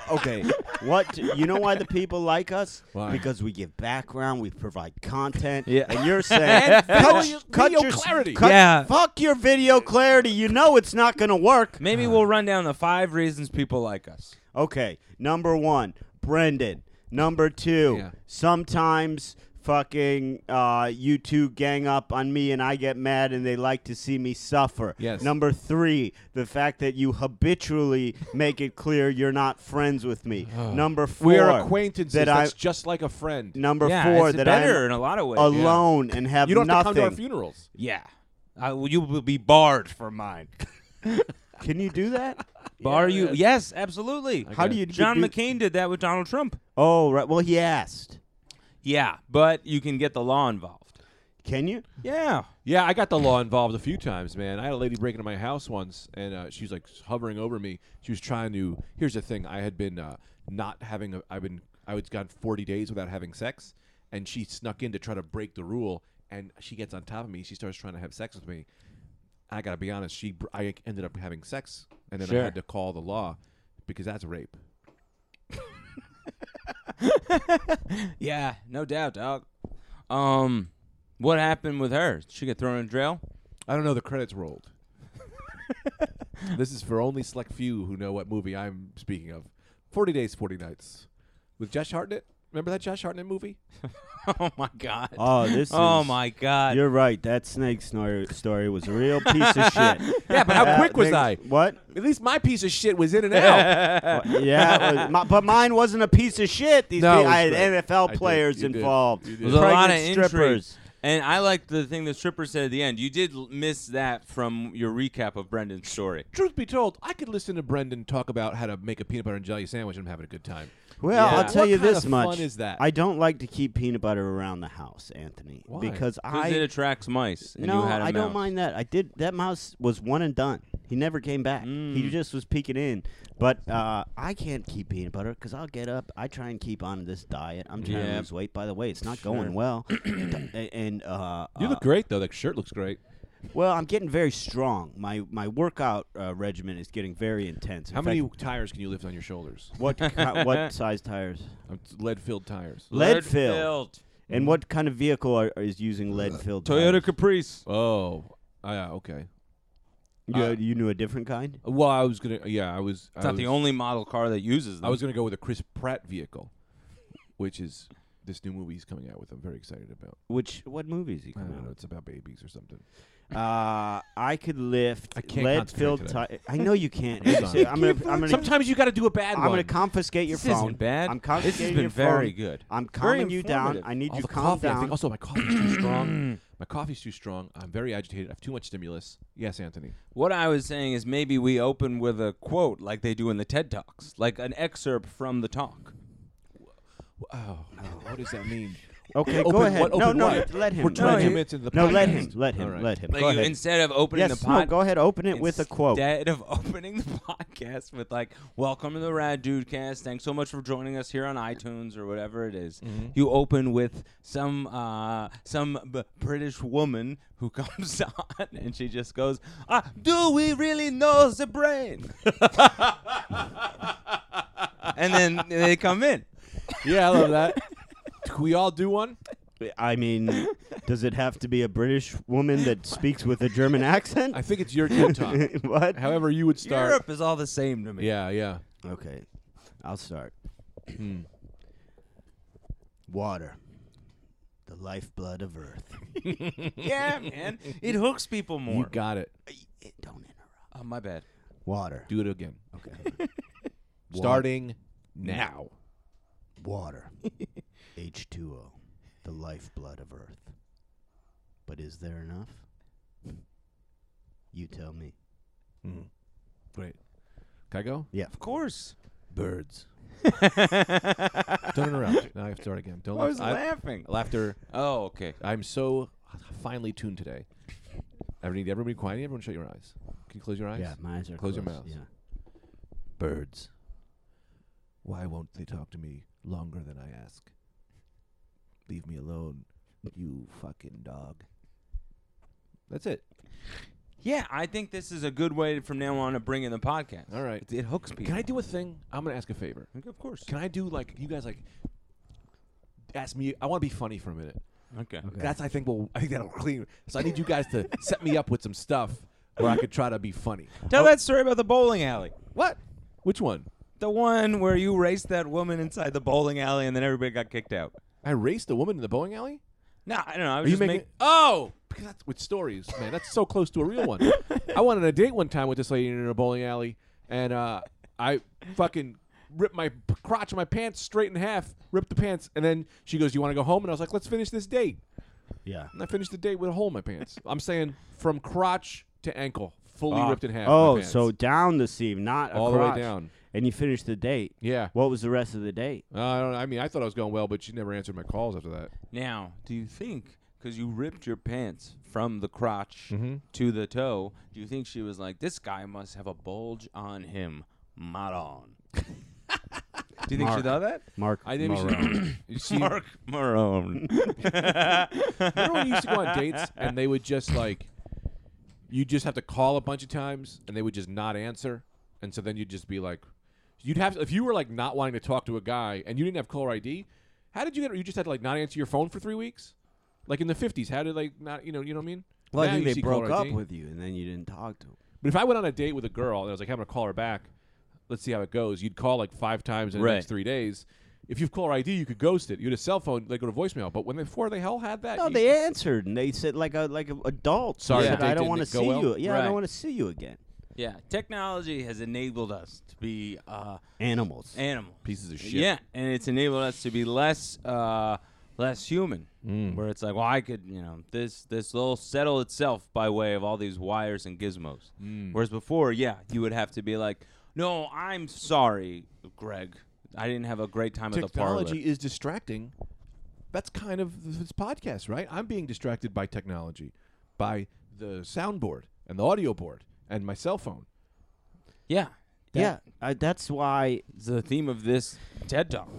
Speaker 2: Okay. what you know why the people like us?
Speaker 1: Why?
Speaker 2: Because we give background, we provide content.
Speaker 3: Yeah.
Speaker 2: And you're saying
Speaker 3: And
Speaker 2: cut,
Speaker 1: video-
Speaker 2: cut
Speaker 1: video
Speaker 2: your s-
Speaker 1: clarity.
Speaker 2: cut-
Speaker 3: Yeah.
Speaker 2: Fuck your video clarity. You know it's not gonna work.
Speaker 3: Maybe we'll run down the five reasons people like us.
Speaker 2: Okay. Number one, Brendan. Number two,
Speaker 1: Yeah.
Speaker 2: sometimes fucking uh, you two gang up on me and I get mad and they like to see me suffer.
Speaker 1: Yes.
Speaker 2: Number three, the fact that you habitually make it clear you're not friends with me. Number four,
Speaker 1: we are acquaintances.
Speaker 2: That I,
Speaker 1: That's just like a friend.
Speaker 2: number
Speaker 3: yeah,
Speaker 2: four,
Speaker 3: it's
Speaker 2: that
Speaker 3: better
Speaker 2: I'm
Speaker 3: in a lot of ways.
Speaker 2: alone and have
Speaker 1: You don't have to
Speaker 2: nothing.
Speaker 1: come to our funerals.
Speaker 3: Yeah. I, well, you will be barred from mine.
Speaker 2: Can you do that?
Speaker 3: Bar you? Yes, absolutely.
Speaker 2: How do you
Speaker 3: John
Speaker 2: do-
Speaker 3: McCain did that with Donald Trump.
Speaker 2: Oh, right. Well, he asked.
Speaker 3: Yeah, but you can get the law involved.
Speaker 2: Can you?
Speaker 3: Yeah.
Speaker 1: Yeah, I got the law involved a few times, man. I had a lady break into my house once, and uh, she was like hovering over me. She was trying to. Here's the thing: I had been uh, not having. A, I've been. I was gone 40 days without having sex, and she snuck in to try to break the rule. And she gets on top of me. She starts trying to have sex with me. I gotta be honest. She. br- I ended up having sex, and then I
Speaker 3: Sure.
Speaker 1: had to call the law because that's rape.
Speaker 3: Yeah, no doubt, dog. Um, what happened with her? Did she get thrown in jail?
Speaker 1: I don't know. The credits rolled. this is for only select few who know what movie I'm speaking of. Forty Days, Forty Nights, with Josh Hartnett. Remember that Josh Hartnett movie?
Speaker 3: oh my god.
Speaker 2: Oh, this.
Speaker 3: oh
Speaker 2: is-
Speaker 3: my god.
Speaker 2: You're right. That snake snor- story was a real piece of shit.
Speaker 1: Yeah, but how
Speaker 2: Uh,
Speaker 1: quick was
Speaker 2: they-
Speaker 1: I?
Speaker 2: What?
Speaker 1: At least my piece of shit was in and out.
Speaker 2: yeah, it was- my, but mine wasn't a piece of shit. These
Speaker 1: No,
Speaker 2: people-
Speaker 1: it was
Speaker 2: I had
Speaker 1: great. I
Speaker 2: NFL
Speaker 1: did.
Speaker 2: players
Speaker 1: You did.
Speaker 2: involved.
Speaker 1: You did.
Speaker 3: There's a lot of
Speaker 2: pregnant
Speaker 3: strippers. And I like the thing the stripper said at the end. You did l- miss that from your recap of Brendan's story.
Speaker 1: Truth be told, I could listen to Brendan talk about how to make a peanut butter and jelly sandwich and I'm having a good time.
Speaker 2: Well,
Speaker 3: Yeah.
Speaker 2: I'll tell
Speaker 1: What
Speaker 2: you
Speaker 1: kind
Speaker 2: this
Speaker 1: of
Speaker 2: much:
Speaker 1: fun is that?
Speaker 2: I don't like to keep peanut butter around the house, Anthony,
Speaker 1: Why?
Speaker 2: because
Speaker 3: Because it
Speaker 2: I
Speaker 3: attracts mice. And
Speaker 2: no,
Speaker 3: you had a
Speaker 2: I don't
Speaker 3: mouse.
Speaker 2: mind that. I did that mouse was one and done. He never came back. He just was peeking in. But uh, I can't keep peanut butter because I'll get up. I try and keep on this diet. I'm trying to
Speaker 3: Yeah.
Speaker 2: lose weight. By the way, it's not going well. and uh,
Speaker 1: You
Speaker 2: uh,
Speaker 1: look great though. That shirt looks great.
Speaker 2: Well, I'm getting very strong. My my workout uh, regimen is getting very intense. In
Speaker 1: How many
Speaker 2: fact,
Speaker 1: tires can you lift on your shoulders?
Speaker 2: What ki- what size tires?
Speaker 1: Um, t- Lead-filled tires.
Speaker 2: Lead filled. And what kind of vehicle are, are- is using lead filled?
Speaker 3: Toyota Caprice.
Speaker 1: Oh, ah, yeah, okay.
Speaker 2: You, know, you knew a different kind?
Speaker 1: Well, I was gonna. Yeah, I was.
Speaker 3: It's
Speaker 1: I
Speaker 3: not the
Speaker 1: was-
Speaker 3: only model car that uses them.
Speaker 1: I was gonna go with a Chris Pratt vehicle, which is this new movie he's coming out with. I'm very excited about.
Speaker 2: Which what movies you
Speaker 1: I
Speaker 2: come
Speaker 1: don't
Speaker 2: out
Speaker 1: know. It's about babies or something.
Speaker 2: with? Uh, I could lift
Speaker 1: I can't
Speaker 2: lead-filled
Speaker 1: concentrate
Speaker 2: tire. I know you can't.
Speaker 1: I'm
Speaker 2: I'm,
Speaker 1: sorry.
Speaker 2: I'm gonna. I'm gonna.
Speaker 1: Sometimes you got to do a bad
Speaker 2: I'm
Speaker 1: one.
Speaker 2: gonna confiscate your
Speaker 3: this
Speaker 2: phone.
Speaker 3: isn't bad.
Speaker 2: I'm
Speaker 3: this
Speaker 2: confiscating
Speaker 3: has been
Speaker 2: your
Speaker 3: very
Speaker 2: phone.
Speaker 3: good.
Speaker 2: I'm
Speaker 3: Very
Speaker 2: calming you down.
Speaker 3: informative.
Speaker 2: I need
Speaker 1: All
Speaker 2: you
Speaker 1: the
Speaker 2: calm
Speaker 1: coffee. I
Speaker 2: down.
Speaker 1: think also my coffee's too strong. My coffee's too strong. I'm very agitated. I have too much stimulus. Yes, Anthony.
Speaker 3: What I was saying is maybe we open with a quote like they do in the TED Talks, like an excerpt from the talk.
Speaker 1: Oh, what does that mean?
Speaker 2: Okay,
Speaker 1: Open
Speaker 2: go ahead.
Speaker 1: what-
Speaker 2: no,
Speaker 1: open
Speaker 2: no,
Speaker 1: wide.
Speaker 2: let him.
Speaker 1: We're
Speaker 2: let
Speaker 1: 20
Speaker 2: him.
Speaker 1: minutes into the
Speaker 2: No, let
Speaker 1: podcast.
Speaker 2: him. Let
Speaker 1: All
Speaker 2: him.
Speaker 1: right.
Speaker 2: Let him.
Speaker 3: Like
Speaker 2: Go
Speaker 3: you,
Speaker 2: ahead.
Speaker 3: instead of opening
Speaker 2: Yes,
Speaker 3: the podcast,
Speaker 2: no, go ahead. Open it with a quote.
Speaker 3: Instead of opening the podcast with like, "Welcome to the Rad Dude Cast. Thanks so much for joining us here on iTunes or whatever it is," You open with some uh, some b- British woman who comes on and she just goes, "Ah, do we really know the brain?" and then they come in.
Speaker 1: Yeah, I love that. Can we all do one?
Speaker 2: I mean, does it have to be a British woman that speaks with a German accent?
Speaker 1: I think it's your TED Talk.
Speaker 2: what?
Speaker 1: However, you would start.
Speaker 3: Europe is all the same to me.
Speaker 1: Yeah, yeah.
Speaker 2: Okay, I'll start. Hmm. Water, the lifeblood of Earth.
Speaker 3: yeah, man. It hooks people more.
Speaker 1: You got it.
Speaker 2: eh, Don't interrupt.
Speaker 3: oh, my bad.
Speaker 2: Water.
Speaker 1: Do it again.
Speaker 2: Okay.
Speaker 1: Starting now.
Speaker 2: Water. H2O, the lifeblood of Earth. But is there enough? You tell me.
Speaker 1: Great. Can I go?
Speaker 2: Yeah.
Speaker 3: Of course.
Speaker 2: Birds.
Speaker 1: Don't interrupt. Now I have to start again. Don't
Speaker 3: I was
Speaker 1: laugh.
Speaker 3: laughing.
Speaker 1: Laughter.
Speaker 3: Oh, okay.
Speaker 1: I'm so finely tuned today. I need everybody quiet. Everyone, shut your eyes. Can you close your eyes?
Speaker 2: Yeah, my eyes are
Speaker 1: Close your
Speaker 2: closed,
Speaker 1: mouth.
Speaker 2: Yeah.
Speaker 1: Birds. Why won't they talk to me longer than I ask? Leave me alone, you fucking dog. That's it.
Speaker 3: Yeah, I think this is a good way from now on to bring in the podcast.
Speaker 1: All right.
Speaker 3: It, it hooks people.
Speaker 1: Can I do a thing? I'm gonna ask a favor.
Speaker 3: Okay, Of course.
Speaker 1: Can I do like you guys like ask me? I want to be funny for a minute.
Speaker 3: Okay.
Speaker 1: That's I think will I think that'll clean. So I need you guys to set me up with some stuff where I could try to be funny.
Speaker 3: Tell that story about the bowling alley.
Speaker 1: What? Which one?
Speaker 3: The one where you raced that woman inside the bowling alley and then everybody got kicked out.
Speaker 1: I raced a woman in the bowling alley.
Speaker 3: No, I don't know. I was
Speaker 1: Are you
Speaker 3: just
Speaker 1: making?
Speaker 3: make-
Speaker 1: oh, because that's with stories, man. That's so close to a real one. I went on a date one time with this lady in a bowling alley, and uh, I fucking ripped my p- crotch of my pants straight in half, ripped the pants, and then she goes, "You want to go home?" And I was like, "Let's finish this date."
Speaker 2: Yeah.
Speaker 1: And I finished the date with a hole in my pants. I'm saying from crotch to ankle, fully
Speaker 3: Ah.
Speaker 1: ripped in half. my
Speaker 2: Oh,
Speaker 1: pants.
Speaker 2: so down the seam, not
Speaker 1: all the way
Speaker 2: across.
Speaker 1: down.
Speaker 2: And you finished the date.
Speaker 1: Yeah.
Speaker 2: What was the rest of the date?
Speaker 1: Uh, I don't. I mean, I thought I was going well, but she never answered my calls after that.
Speaker 3: Now, do you think because you ripped your pants from the crotch
Speaker 1: Mm-hmm.
Speaker 3: to the toe, do you think she was like, "This guy must have a bulge on him, not on"? do you think she
Speaker 2: Mark.
Speaker 3: thought that?
Speaker 2: Mark.
Speaker 1: I think she. she
Speaker 3: Mark Marone.
Speaker 1: Remember when you used to go on dates and they would just like, you just have to call a bunch of times and they would just not answer, and so then you'd just be like, you'd have if you were like not wanting to talk to a guy and you didn't have caller ID, how did you get? You just had to like not answer your phone for three weeks, like in the fifties. How did like not you know you know what I mean?
Speaker 2: Well, I
Speaker 1: Now
Speaker 2: think
Speaker 1: you
Speaker 2: they
Speaker 1: see caller
Speaker 2: broke up
Speaker 1: ID.
Speaker 2: with you, and then you didn't talk to him.
Speaker 1: But if I went on a date with a girl and I was like, I'm gonna call her back, let's see how it goes. You'd call like five times in the next
Speaker 3: Right.
Speaker 1: three days. If you've caller ID, you could ghost it. You had a cell phone, they go to voicemail. But when they, before they hell had that,
Speaker 2: No,
Speaker 1: you-
Speaker 2: they answered, and they said like a like a adult.
Speaker 1: Sorry,
Speaker 2: said,
Speaker 1: the date
Speaker 2: I don't
Speaker 1: didn't
Speaker 2: want to
Speaker 1: go
Speaker 2: see
Speaker 1: well?
Speaker 2: you. Yeah, I
Speaker 3: Right.
Speaker 2: don't want to see you again.
Speaker 3: Yeah, technology has enabled us to be uh,
Speaker 2: Animals.
Speaker 3: animals.
Speaker 1: pieces of shit.
Speaker 3: Yeah, and it's enabled us to be less uh, less human. Where it's like, well, I could, you know, this this will settle itself by way of all these wires and gizmos. Whereas before, yeah, you would have to be like, no, I'm sorry, Greg, I didn't have a great time at the parlor.
Speaker 1: technology is distracting. That's kind of th- this podcast, right? I'm being distracted by technology, by the soundboard and the audio board and my cell phone.
Speaker 3: Yeah, that-
Speaker 2: yeah, I, that's why.
Speaker 3: it's the theme of this TED Talk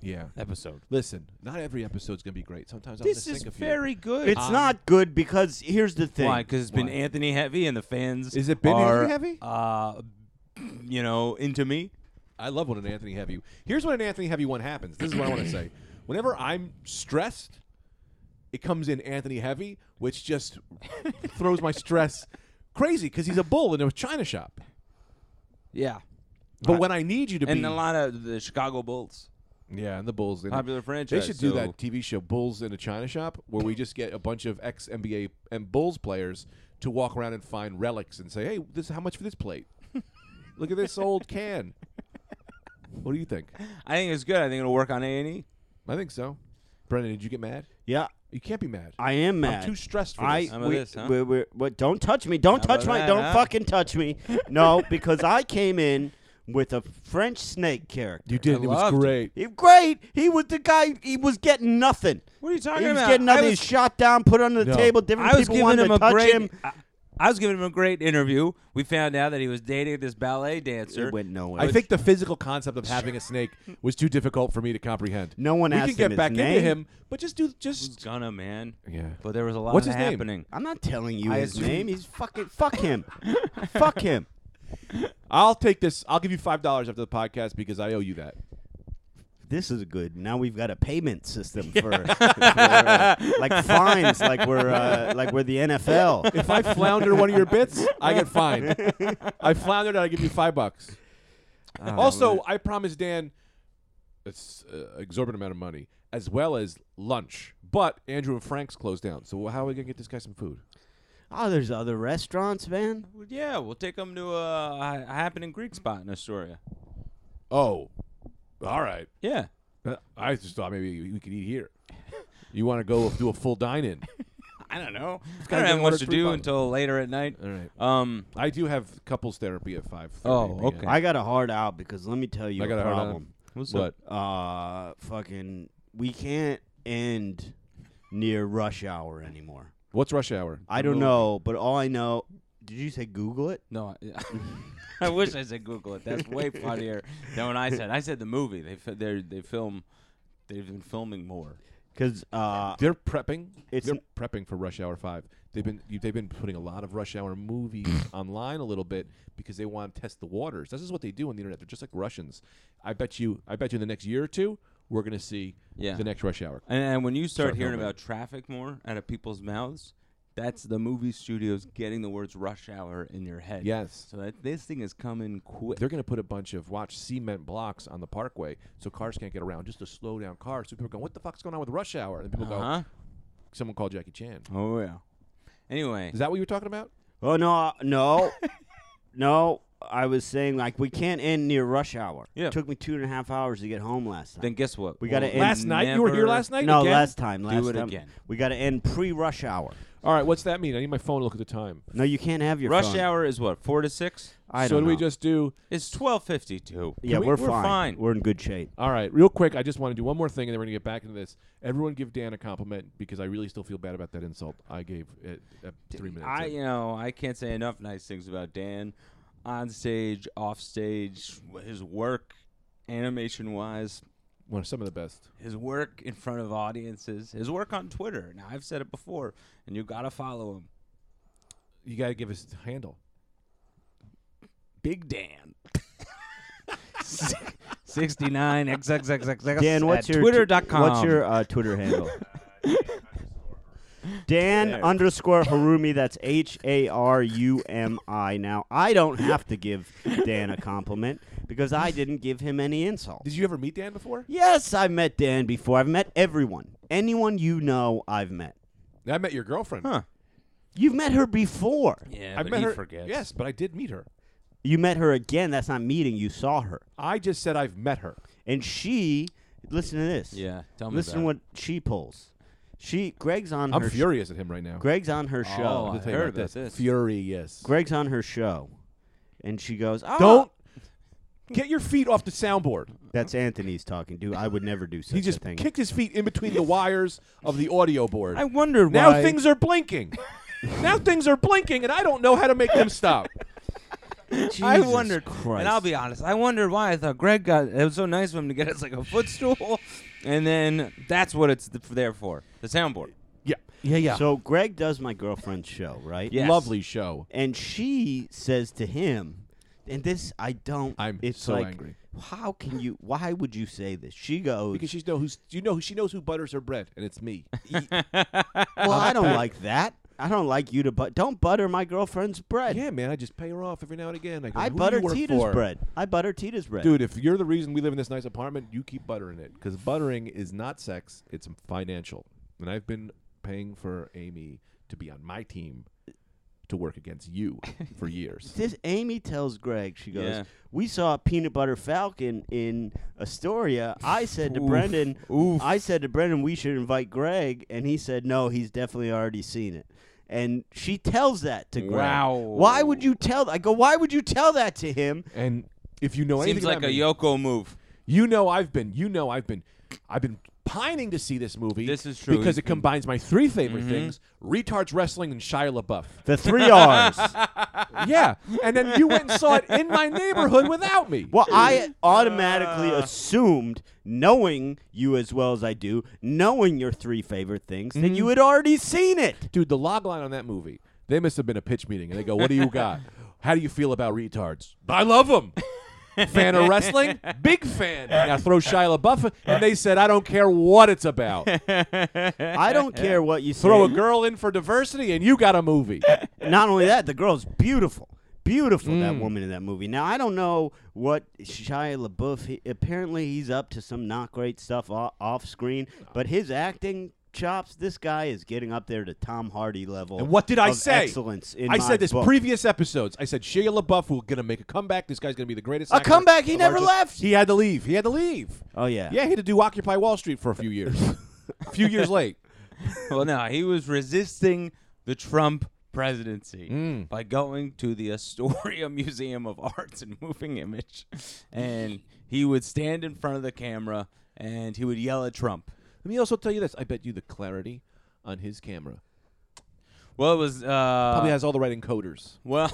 Speaker 1: Yeah.
Speaker 3: episode.
Speaker 1: Listen, not every episode's gonna be great. Sometimes
Speaker 3: This
Speaker 1: I'm gonna
Speaker 3: is
Speaker 1: think of
Speaker 3: very good.
Speaker 1: Um,
Speaker 2: It's not good because here's the thing.
Speaker 3: Why? Because it's been Anthony Heavy, and the fans.
Speaker 1: Is it been Anthony
Speaker 3: are,
Speaker 1: Heavy?
Speaker 3: Uh, you know, into me.
Speaker 1: You. I love when an Anthony Heavy. Here's when an Anthony Heavy one happens. This is what I want to say. Whenever I'm stressed, it comes in Anthony Heavy, which just throws my stress crazy because he's a bull in a china shop.
Speaker 3: Yeah.
Speaker 1: But when I need you to
Speaker 3: And
Speaker 1: be,
Speaker 3: a lot of the Chicago Bulls.
Speaker 1: yeah, and the bulls in it.
Speaker 3: Popular franchise,
Speaker 1: They should do
Speaker 3: so-
Speaker 1: that TV show Bulls in a China Shop, where we just get a bunch of ex NBA and Bulls players to walk around and find relics and say, "Hey, this how much for this plate? Look at this old can." What do you think?
Speaker 3: I think it's good. I think it'll work on A and E.
Speaker 1: I think so. Brendan, did you get mad?
Speaker 2: Yeah,
Speaker 1: You can't be mad.
Speaker 2: I am
Speaker 1: I'm
Speaker 2: mad.
Speaker 1: too stressed for
Speaker 2: I
Speaker 1: this.
Speaker 3: How about
Speaker 2: we,
Speaker 3: this, huh?
Speaker 2: we- we- what, don't touch me. Don't
Speaker 3: How
Speaker 2: touch
Speaker 3: about
Speaker 2: my
Speaker 3: that,
Speaker 2: don't
Speaker 3: huh?
Speaker 2: fucking touch me. No, because I came in with a French snake character.
Speaker 1: You did.
Speaker 3: I
Speaker 1: and It was
Speaker 3: loved it.
Speaker 1: great.
Speaker 2: He, great. He was the guy he was getting nothing.
Speaker 3: What are you talking
Speaker 2: He was
Speaker 3: about?
Speaker 2: getting nothing.
Speaker 3: I
Speaker 2: He
Speaker 3: was,
Speaker 2: was shot down, put under the
Speaker 1: No.
Speaker 2: table. Different
Speaker 3: I was
Speaker 2: people
Speaker 3: giving
Speaker 2: wanted
Speaker 3: him
Speaker 2: to
Speaker 3: a
Speaker 2: touch
Speaker 3: great.
Speaker 2: him.
Speaker 3: I, I was giving him a great interview. We found out that he was dating this ballet dancer.
Speaker 2: It went nowhere.
Speaker 1: I think the physical concept of having a snake was too difficult for me to comprehend.
Speaker 2: No one
Speaker 1: we
Speaker 2: asked
Speaker 1: can get
Speaker 2: him his
Speaker 1: back into
Speaker 2: name.
Speaker 1: him, but just do
Speaker 3: Who's
Speaker 1: just
Speaker 3: gonna man?
Speaker 1: Yeah.
Speaker 3: But there was a lot
Speaker 1: What's
Speaker 3: of
Speaker 1: his name?
Speaker 3: happening.
Speaker 2: I'm not telling you
Speaker 3: I
Speaker 2: his
Speaker 3: assume-
Speaker 2: name. He's fucking fuck him. fuck him.
Speaker 1: I'll take this. I'll give you five dollars after the podcast because I owe you that.
Speaker 2: This is good. Now we've got a payment system for, for, uh, like fines, like we're uh, like we're the NFL.
Speaker 1: If I flounder one of your bits, I get fined. I floundered, I give you five bucks. Ah, also, I promised Dan it's uh, exorbitant amount of money as well as lunch. But Andrew and Frank's closed down, so how are we gonna get this guy some food?
Speaker 2: Oh, there's other restaurants, man.
Speaker 3: Well, yeah, we'll take him to a, a happening Greek spot in Astoria.
Speaker 1: Oh, all right.
Speaker 3: Yeah.
Speaker 1: Uh, I just thought maybe we could eat here. You want to go do a full dine-in?
Speaker 3: I don't know. I
Speaker 1: gotta
Speaker 3: don't
Speaker 1: be
Speaker 3: have
Speaker 1: one
Speaker 3: much
Speaker 1: or
Speaker 3: to
Speaker 1: three
Speaker 3: do
Speaker 1: bottles.
Speaker 3: until later at night.
Speaker 1: All right.
Speaker 3: Um,
Speaker 1: I do have couples therapy at five.
Speaker 3: Oh, okay.
Speaker 2: I got a hard out because let me tell you
Speaker 1: I
Speaker 2: a
Speaker 1: got a hard out.
Speaker 2: problem.
Speaker 3: what's
Speaker 1: But
Speaker 3: up?
Speaker 2: Uh, fucking, we can't end near rush hour anymore.
Speaker 1: what's rush hour?
Speaker 2: I don't know, but all I know. Did you say Google it?
Speaker 3: No, I, I wish I said Google it. That's way funnier than what I said. I said the movie. They fi- they they film. They've been filming more.
Speaker 2: Because uh,
Speaker 1: They're prepping.
Speaker 2: It's
Speaker 1: they're
Speaker 2: n-
Speaker 1: prepping for Rush Hour Five. They've been you- they've been putting a lot of Rush Hour movies online a little bit because they want to test the waters. This is what they do on the internet. They're just like Russians. I bet you. I bet you in the next year or two, we're gonna see
Speaker 3: Yeah.
Speaker 1: the next Rush Hour.
Speaker 3: And, and when you start,
Speaker 1: Start
Speaker 3: hearing
Speaker 1: filming.
Speaker 3: about traffic more out of people's mouths, that's the movie studios getting the words rush hour in your head.
Speaker 1: Yes.
Speaker 3: So that this thing is coming quick.
Speaker 1: They're gonna put a bunch of watch cement blocks on the parkway so cars can't get around just to slow down cars. So people are going, "What the fuck's going on with Rush Hour?" And people
Speaker 3: Uh-huh.
Speaker 1: go, "Someone called Jackie Chan."
Speaker 3: Oh yeah. Anyway,
Speaker 1: Is that what you were talking about?
Speaker 2: oh no, uh, no, no. I was saying like we can't end near rush hour.
Speaker 3: Yeah.
Speaker 2: It took me two and a half hours to get home last night.
Speaker 3: then guess what?
Speaker 2: We gotta
Speaker 3: We'll
Speaker 2: end- Last
Speaker 1: night? You were here
Speaker 3: never-
Speaker 1: last night?
Speaker 2: no,
Speaker 1: again?
Speaker 2: last time. Last
Speaker 3: it
Speaker 2: time.
Speaker 3: again.
Speaker 2: We got to end pre-rush hour.
Speaker 1: All right, what's that mean? I need my phone to look at the time.
Speaker 2: No, you can't have your
Speaker 3: Rush
Speaker 2: phone.
Speaker 3: hour is what four to six.
Speaker 2: I
Speaker 1: so
Speaker 2: don't
Speaker 1: do we
Speaker 2: know.
Speaker 1: just do?
Speaker 3: It's twelve fifty two.
Speaker 2: Yeah,
Speaker 3: we,
Speaker 2: are
Speaker 3: are fine.
Speaker 2: We're in good shape.
Speaker 1: All right, real quick, I just want to do one more thing, and then we're going to get back into this. Everyone, give Dan a compliment because I really still feel bad about that insult I gave at, at three minutes.
Speaker 3: I
Speaker 1: in.
Speaker 3: you know I can't say enough nice things about Dan, on stage, off stage, his work, animation wise,
Speaker 1: One of some of the best.
Speaker 3: his work in front of audiences, his work on Twitter. Now I've said it before, and you gotta follow him,
Speaker 1: You got to give us a handle.
Speaker 3: Big Dan. Sixty nine xxxxx.
Speaker 2: Dan, what's
Speaker 3: at
Speaker 2: your
Speaker 3: Twitter.com?
Speaker 2: What's your uh, Twitter handle? Dan underscore Harumi. That's H A R U M I. Now I don't have to give Dan a compliment because I didn't give him any insult.
Speaker 1: Did you ever meet Dan before?
Speaker 2: Yes, I've met Dan before. I've met everyone. Anyone you know, I've met.
Speaker 1: I met your girlfriend.
Speaker 3: Huh.
Speaker 2: You've met her before.
Speaker 3: Yeah,
Speaker 1: I
Speaker 3: but
Speaker 1: met
Speaker 3: he
Speaker 1: her.
Speaker 3: forgets.
Speaker 1: Yes, but I did meet her.
Speaker 2: You met her again. That's not meeting. You saw her,
Speaker 1: I just said I've met her.
Speaker 2: and she. Listen to this.
Speaker 3: Yeah. Tell me.
Speaker 2: Listen
Speaker 3: about
Speaker 2: what she pulls. She Greg's on
Speaker 1: I'm
Speaker 2: her sh-
Speaker 1: furious at him right now.
Speaker 2: Greg's on her
Speaker 3: it.
Speaker 2: show.
Speaker 3: Oh, I
Speaker 1: I'll tell you
Speaker 3: heard
Speaker 1: about
Speaker 3: about this.
Speaker 1: Furious.
Speaker 2: Greg's on her show, and she goes, oh.
Speaker 1: Don't get your feet off the soundboard.
Speaker 2: That's Anthony's talking, dude. I would never do such
Speaker 1: He just
Speaker 2: a thing.
Speaker 1: kicked his feet in between the wires of the audio board.
Speaker 3: I wondered
Speaker 1: Now
Speaker 3: why.
Speaker 1: things are blinking. now things are blinking, and I don't know how to make them stop.
Speaker 3: I
Speaker 2: Jesus
Speaker 3: wondered,
Speaker 2: Christ.
Speaker 3: and I'll be honest, I wondered why I thought Greg got. It was so nice of him to get us like a footstool, and then that's what it's th- there for the soundboard.
Speaker 1: Yeah. Yeah, yeah.
Speaker 2: So Greg does my girlfriend's show, right?
Speaker 3: Yes.
Speaker 1: Lovely show.
Speaker 2: And she says to him, and this I don't.
Speaker 1: I'm
Speaker 2: it's
Speaker 1: so
Speaker 2: like,
Speaker 1: angry.
Speaker 2: How can you? Why would you say this? She goes,
Speaker 1: Because she's know who's you know she knows who butters her bread, and it's me.
Speaker 2: well, I don't like that. I don't like you to but don't butter my girlfriend's bread.
Speaker 1: Yeah, man, I just pay her off every now and again. I, go,
Speaker 2: I
Speaker 1: "Who do
Speaker 2: butter
Speaker 1: you work
Speaker 2: Tita's
Speaker 1: for?"
Speaker 2: bread. I butter Tita's bread.
Speaker 1: Dude, if you're the reason we live in this nice apartment, you keep buttering it because buttering is not sex; it's financial. And I've been paying for Amy to be on my team to work against you for years.
Speaker 2: This Amy tells Greg, she goes,
Speaker 3: Yeah.
Speaker 2: "We saw a peanut butter falcon in Astoria." I said to
Speaker 3: Oof.
Speaker 2: Brendan,
Speaker 3: Oof.
Speaker 2: "I said to Brendan, we should invite Greg," and he said, "No, he's definitely already seen it." And she tells that to Greg.
Speaker 3: Wow.
Speaker 2: Why would you tell? I go, "Why would you tell that to him?"
Speaker 1: And if you know
Speaker 3: Seems
Speaker 1: anything
Speaker 3: like
Speaker 1: about
Speaker 3: a
Speaker 1: me,
Speaker 3: Yoko move.
Speaker 1: you know I've been, you know I've been, I've been pining to see this movie.
Speaker 3: This is true. Mm-hmm.
Speaker 1: because
Speaker 3: He's
Speaker 1: it
Speaker 3: been-
Speaker 1: combines my three favorite things: retards wrestling and Shia LaBeouf.
Speaker 2: The three R's.
Speaker 1: yeah, and then you went and saw it in my neighborhood without me.
Speaker 2: Well, I automatically
Speaker 1: Uh.
Speaker 2: assumed, knowing you as well as I do, knowing your three favorite things, that
Speaker 1: Mm-hmm.
Speaker 2: you had already seen it.
Speaker 1: dude, the log line on that movie, they must have been a pitch meeting, and they go, "What do you got? How do you feel about retards? I love them. fan of wrestling, big fan. Now throw Shia LaBeouf, and they said, I don't care what it's about.
Speaker 2: I don't care what you
Speaker 1: Throw a
Speaker 2: say.
Speaker 1: girl in for diversity, and you got a Mm. movie.
Speaker 2: Not only that, the girl's beautiful. Beautiful, that woman in that movie. Now, I don't know what Shia LaBeouf, he, apparently he's up to some not great stuff off, off screen, but his acting chops, this guy is getting up there to Tom Hardy level.
Speaker 1: And what did I
Speaker 2: of
Speaker 1: say?
Speaker 2: Excellence in
Speaker 1: I
Speaker 2: my
Speaker 1: said this
Speaker 2: book.
Speaker 1: previous episodes. I said Shia LaBeouf will gonna make a comeback. This guy's gonna be the greatest.
Speaker 2: A
Speaker 1: actor
Speaker 2: comeback? He
Speaker 1: of our
Speaker 2: never
Speaker 1: gen-
Speaker 2: left.
Speaker 1: He had to leave. He had to leave.
Speaker 2: Oh, yeah.
Speaker 1: Yeah, he had to do Occupy Wall Street for a few years. a few years late.
Speaker 3: well, no, he was resisting the Trump presidency by going to the Astoria Museum of Arts and Moving Image, and he would stand in front of the camera and he would yell at Trump.
Speaker 1: Let me also tell you this. I bet you the clarity on his camera
Speaker 3: Well, it was uh,
Speaker 1: probably has all the right encoders.
Speaker 3: well.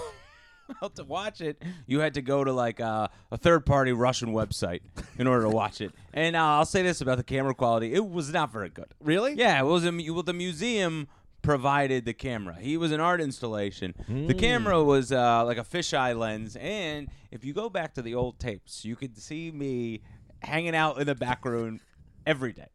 Speaker 3: well, to watch it, you had to go to like uh, a third-party Russian website in order to watch it. And uh, I'll say this about the camera quality: it was not very good.
Speaker 1: Really?
Speaker 3: Yeah, it was a, mu- well, the museum provided the camera. He was an art installation.
Speaker 1: Hmm.
Speaker 3: The camera was uh, like a fisheye lens, and if you go back to the old tapes, you could see me hanging out in the back room every day.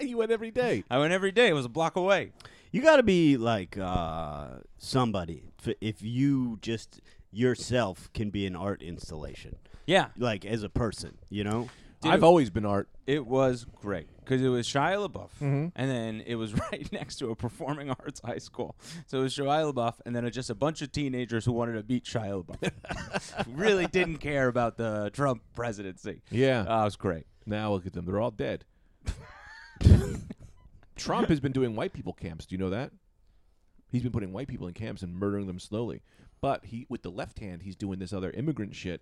Speaker 1: You went every day.
Speaker 3: I went every day. It was a block away.
Speaker 2: You got to be like uh, somebody f- if you just yourself can be an art installation,
Speaker 3: Yeah,
Speaker 2: like as a person, you know.
Speaker 1: I've always been art.
Speaker 3: it was great because it was Shia LaBeouf, and then it was right next to a performing arts high school. So it was Shia LaBeouf, and then just a bunch of teenagers who wanted to beat Shia LaBeouf. really didn't care about the Trump presidency.
Speaker 1: Yeah.
Speaker 3: Uh, it was great.
Speaker 1: now look at them. They're all dead. Trump has been doing white people camps. Do you know that? He's been putting white people in camps and murdering them slowly. But he, with the left hand, he's doing this other immigrant shit.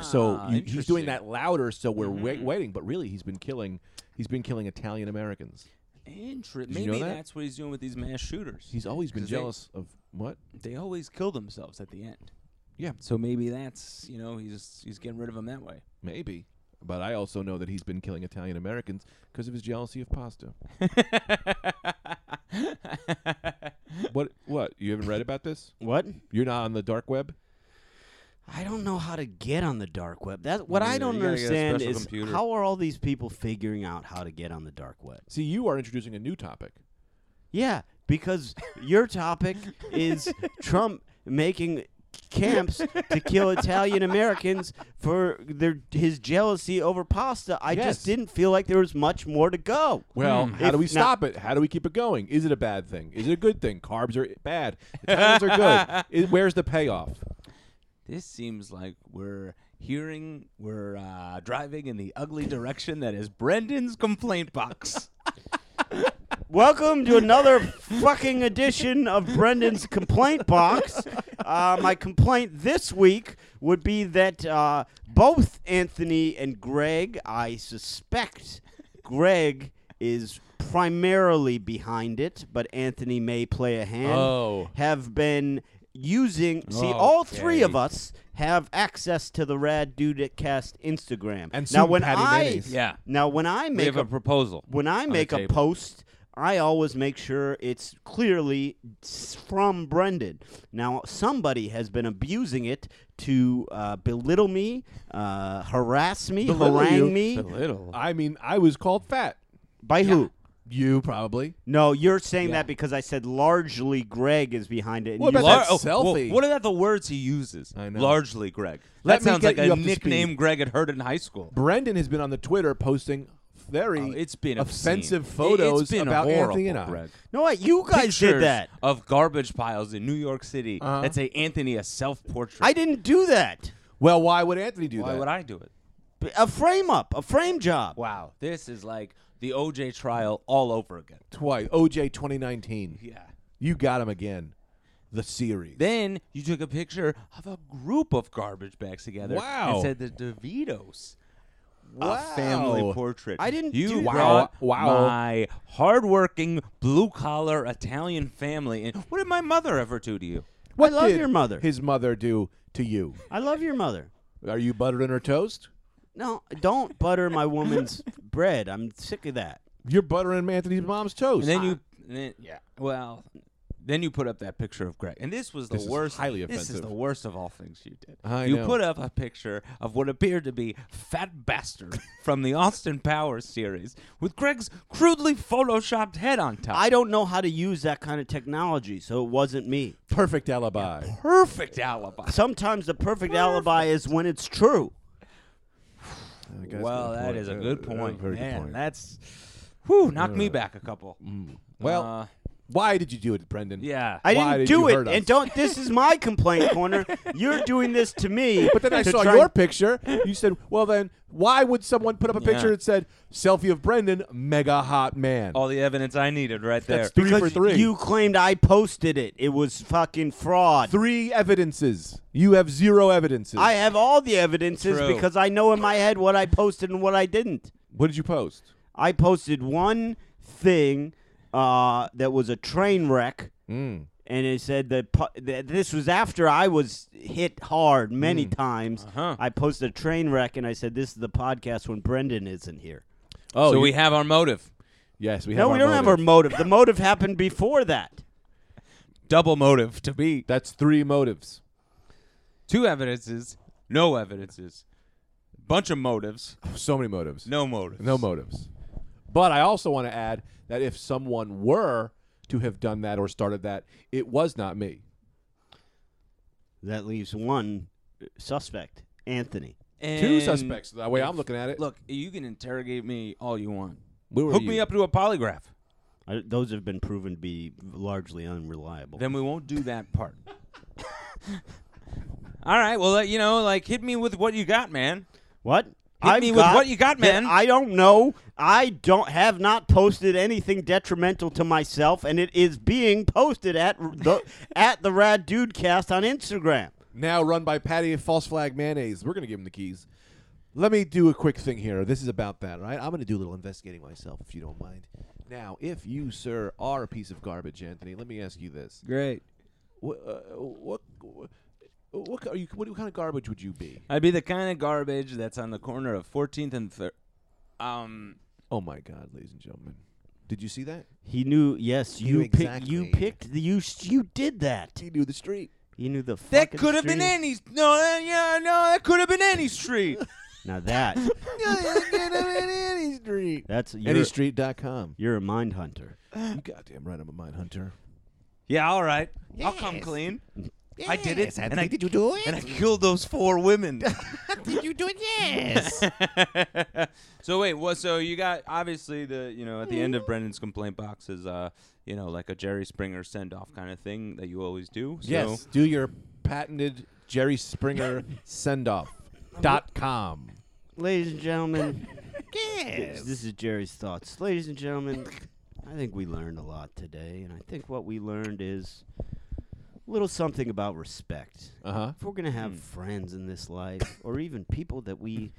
Speaker 1: so
Speaker 3: Ah,
Speaker 1: you, he's doing
Speaker 3: interesting. Mm-hmm.
Speaker 1: that louder, so we're wai- waiting. But really, he's been killing. He's been killing Italian Americans.
Speaker 3: Interesting.
Speaker 1: Did you
Speaker 3: Maybe
Speaker 1: know that?
Speaker 3: that's what he's doing with these mass shooters.
Speaker 1: He's always been
Speaker 3: 'Cause they-
Speaker 1: jealous of what?
Speaker 3: They always kill themselves at the end.
Speaker 1: Yeah.
Speaker 3: So maybe that's you know he's he's getting rid of them that way.
Speaker 1: Maybe. But I also know that he's been killing Italian Americans because of his jealousy of pasta. what? What? You haven't read about this?
Speaker 2: What?
Speaker 1: You're not on the dark web?
Speaker 2: I don't know how to get on the dark web. That what
Speaker 3: Me
Speaker 2: I
Speaker 3: neither.
Speaker 2: don't
Speaker 3: You gotta get a
Speaker 2: understand
Speaker 3: special
Speaker 2: is
Speaker 3: computer.
Speaker 2: how are all these people figuring out how to get on the dark web?
Speaker 1: See, you are introducing a new topic.
Speaker 2: Yeah, because your topic is Trump making camps to kill Italian Americans for their his jealousy over pasta. I
Speaker 1: Yes.
Speaker 2: just didn't feel like there was much more to go.
Speaker 1: Well,
Speaker 3: Hmm.
Speaker 1: how
Speaker 2: If
Speaker 1: do we
Speaker 2: not-
Speaker 1: stop it? How do we keep it going? Is it a bad thing? Is it a good thing? Carbs are bad. Italians are good. I- where's the payoff?
Speaker 3: This seems like we're hearing we're uh, driving in the ugly direction that is Brendan's complaint box.
Speaker 2: Welcome to another fucking edition of Brendan's complaint box. Uh, my complaint this week would be that uh, both Anthony and Greg, I suspect Greg is primarily behind it, but Anthony may play a hand,
Speaker 1: Oh.
Speaker 2: have been using. See, all three of
Speaker 3: Okay.
Speaker 2: us have access to the Rad Dude Cast Instagram.
Speaker 1: And
Speaker 2: now
Speaker 1: soon
Speaker 2: when
Speaker 1: Patty
Speaker 2: I
Speaker 1: Mayonnaise.
Speaker 3: Yeah.
Speaker 2: now when I
Speaker 3: we
Speaker 2: make
Speaker 3: have a proposal.
Speaker 2: when I
Speaker 3: the
Speaker 2: make a
Speaker 3: table.
Speaker 2: post, I always make sure it's clearly s- from Brendan. Now, somebody has been abusing it to uh, belittle me, uh, harass me,
Speaker 1: Belittle
Speaker 2: harangue
Speaker 1: you?
Speaker 2: me.
Speaker 3: Belittle.
Speaker 1: I mean, I was called fat
Speaker 2: By who?
Speaker 1: You probably.
Speaker 2: No, you're saying that because I said largely Greg is behind it. And
Speaker 1: What
Speaker 2: you
Speaker 1: about
Speaker 2: said-
Speaker 1: that selfie?
Speaker 3: oh, what about the words he uses?
Speaker 1: I know.
Speaker 3: Largely, Greg.
Speaker 1: Let
Speaker 3: that
Speaker 1: me
Speaker 3: sounds
Speaker 1: get
Speaker 3: like
Speaker 1: you
Speaker 3: a
Speaker 1: up to
Speaker 3: nickname
Speaker 1: speed.
Speaker 3: Greg had heard in high school.
Speaker 1: Brendan has been on the Twitter posting very
Speaker 3: Oh, it's been obscene.
Speaker 1: offensive
Speaker 3: It-
Speaker 1: photos
Speaker 3: it's been
Speaker 1: about
Speaker 3: horrible,
Speaker 1: Anthony and I.
Speaker 3: Greg.
Speaker 2: No, what you guys did
Speaker 3: Pictures
Speaker 2: that.
Speaker 3: of garbage piles in New York City
Speaker 1: Uh-huh.
Speaker 3: that say Anthony a self-portrait.
Speaker 2: I didn't do that.
Speaker 1: Well, why would Anthony do
Speaker 3: Why
Speaker 1: that?
Speaker 3: would I do it?
Speaker 2: B- A frame up, a frame job.
Speaker 3: Wow, this is like the OJ trial all over again.
Speaker 1: Twice. OJ 2019.
Speaker 3: Yeah.
Speaker 1: You got him again. The series.
Speaker 3: Then you took a picture of a group of garbage bags together
Speaker 1: Wow.
Speaker 3: and said the DeVitos. A family
Speaker 1: Wow.
Speaker 3: portrait.
Speaker 2: I didn't
Speaker 3: You
Speaker 2: do
Speaker 3: brought
Speaker 1: that. Wow.
Speaker 3: my hardworking blue collar Italian family. And what did my mother ever do to you?
Speaker 2: I love
Speaker 1: did
Speaker 2: your mother.
Speaker 1: His mother do to you.
Speaker 2: I love your mother.
Speaker 1: Are you buttering her toast?
Speaker 2: No, don't butter my woman's bread. I'm sick of that.
Speaker 1: You're buttering Anthony's mom's toast.
Speaker 3: And then you, and then, yeah. Well, then you put up that picture of Greg, and this was the
Speaker 1: This is
Speaker 3: worst.
Speaker 1: highly
Speaker 3: This is
Speaker 1: offensive.
Speaker 3: the worst of all things you did.
Speaker 1: I
Speaker 3: you
Speaker 1: know.
Speaker 3: put up a picture of what appeared to be fat bastard from the Austin Powers series with Greg's crudely photoshopped head on top.
Speaker 2: I don't know how to use that kind of technology, so it wasn't me.
Speaker 1: perfect alibi.
Speaker 3: perfect alibi.
Speaker 2: Sometimes the perfect alibi is when it's true.
Speaker 3: Well, that is a good point,
Speaker 1: Uh, Very
Speaker 3: man.
Speaker 1: good point. Uh, mm.
Speaker 3: That's, whew, knock me back a couple.
Speaker 1: well,
Speaker 3: Uh,
Speaker 1: why did you do it, Brendan?
Speaker 3: yeah.
Speaker 1: Why
Speaker 2: I didn't
Speaker 1: did you
Speaker 2: do it.
Speaker 1: hurt us?
Speaker 2: And don't this is my complaint corner. You're doing this to me.
Speaker 1: But then I
Speaker 2: to
Speaker 1: saw
Speaker 2: try
Speaker 1: your
Speaker 2: and-
Speaker 1: picture. You said, "Well, then, why would someone put up a picture
Speaker 3: Yeah.
Speaker 1: that said selfie of Brendan, mega hot man?"
Speaker 3: all the evidence I needed right there.
Speaker 1: That's three
Speaker 2: because
Speaker 1: for three.
Speaker 2: You claimed I posted it. It was fucking fraud.
Speaker 1: three evidences. You have zero evidences.
Speaker 2: I have all the evidences
Speaker 3: True.
Speaker 2: because I know in my head what I posted and what I didn't.
Speaker 1: what did you post?
Speaker 2: I posted one thing uh, that was a train wreck,
Speaker 1: Mm.
Speaker 2: and it said that, pu- that this was after I was hit hard many
Speaker 1: Mm.
Speaker 2: times.
Speaker 3: Uh-huh.
Speaker 2: I posted a train wreck, and I said, "This is the podcast when Brendan isn't here."
Speaker 1: Oh,
Speaker 3: so
Speaker 1: you-
Speaker 3: we have our motive.
Speaker 1: yes, we have.
Speaker 2: No, we
Speaker 1: our
Speaker 2: don't have our
Speaker 1: motive.
Speaker 2: motive. The motive happened before that.
Speaker 3: Double motive to be
Speaker 1: That's three motives.
Speaker 3: two evidences, no evidences, bunch of motives,
Speaker 1: So many motives.
Speaker 3: no motives.
Speaker 1: No motives. But I also want to add that if someone were to have done that or started that, it was not me.
Speaker 2: That leaves one suspect, Anthony.
Speaker 1: Two
Speaker 3: And
Speaker 1: suspects. The way I'm looking at it.
Speaker 3: Look, you can interrogate me all you want.
Speaker 1: we were
Speaker 3: Hook
Speaker 1: you.
Speaker 3: me up to a polygraph.
Speaker 2: I, those have been proven to be largely unreliable.
Speaker 3: Then we won't do that part. all right. Well, uh, you know, like hit me with what you got, man.
Speaker 2: What?
Speaker 3: me with what you got,
Speaker 2: that
Speaker 3: man.
Speaker 2: I don't know. I don't have not posted anything detrimental to myself, and it is being posted at the at the Rad Dude Cast on Instagram.
Speaker 1: now run by Patty False Flag Mayonnaise. We're going to give him the keys. Let me do a quick thing here. This is about that, all right? I'm going to do a little investigating myself, if you don't mind. Now, if you, sir, are a piece of garbage, Anthony, let me ask you this:
Speaker 3: Great.
Speaker 1: what, uh, what, what, what, are you, what kind of garbage would you be?
Speaker 3: I'd be the kind of garbage that's on the corner of 14th and third. Um.
Speaker 1: Oh my God, ladies and gentlemen, did you see that?
Speaker 2: He knew. Yes, you
Speaker 1: Knew
Speaker 2: picked. You
Speaker 1: exactly.
Speaker 2: picked the. You s- you did that.
Speaker 1: He knew the street.
Speaker 2: You knew the.
Speaker 3: That
Speaker 2: fucking
Speaker 3: could have been
Speaker 2: street.
Speaker 3: any. No, uh, yeah, no, that could have been any street.
Speaker 2: Now that
Speaker 1: Any street.
Speaker 2: that's you're,
Speaker 1: AnyStreet.com.
Speaker 2: you're a mind hunter.
Speaker 1: You goddamn right, I'm a mind hunter.
Speaker 3: yeah, all right. I'll come clean. I did it, and I
Speaker 5: did you do it?
Speaker 3: and I killed those four women.
Speaker 5: did you do it? Yes.
Speaker 3: so wait, what? So you got obviously the you know at the end
Speaker 1: Mm-hmm.
Speaker 3: of Brendan's complaint box is uh you know like a Jerry Springer send off kind of thing that you always do. So
Speaker 1: Yes, do your patented Jerry Springer sendoff dot com.
Speaker 2: Ladies and gentlemen,
Speaker 5: yes.
Speaker 2: this is Jerry's thoughts. Ladies and gentlemen, I think we learned a lot today, and I think what we learned is a little something about respect.
Speaker 1: Uh huh.
Speaker 2: if we're gonna have friends in this life, or even people that we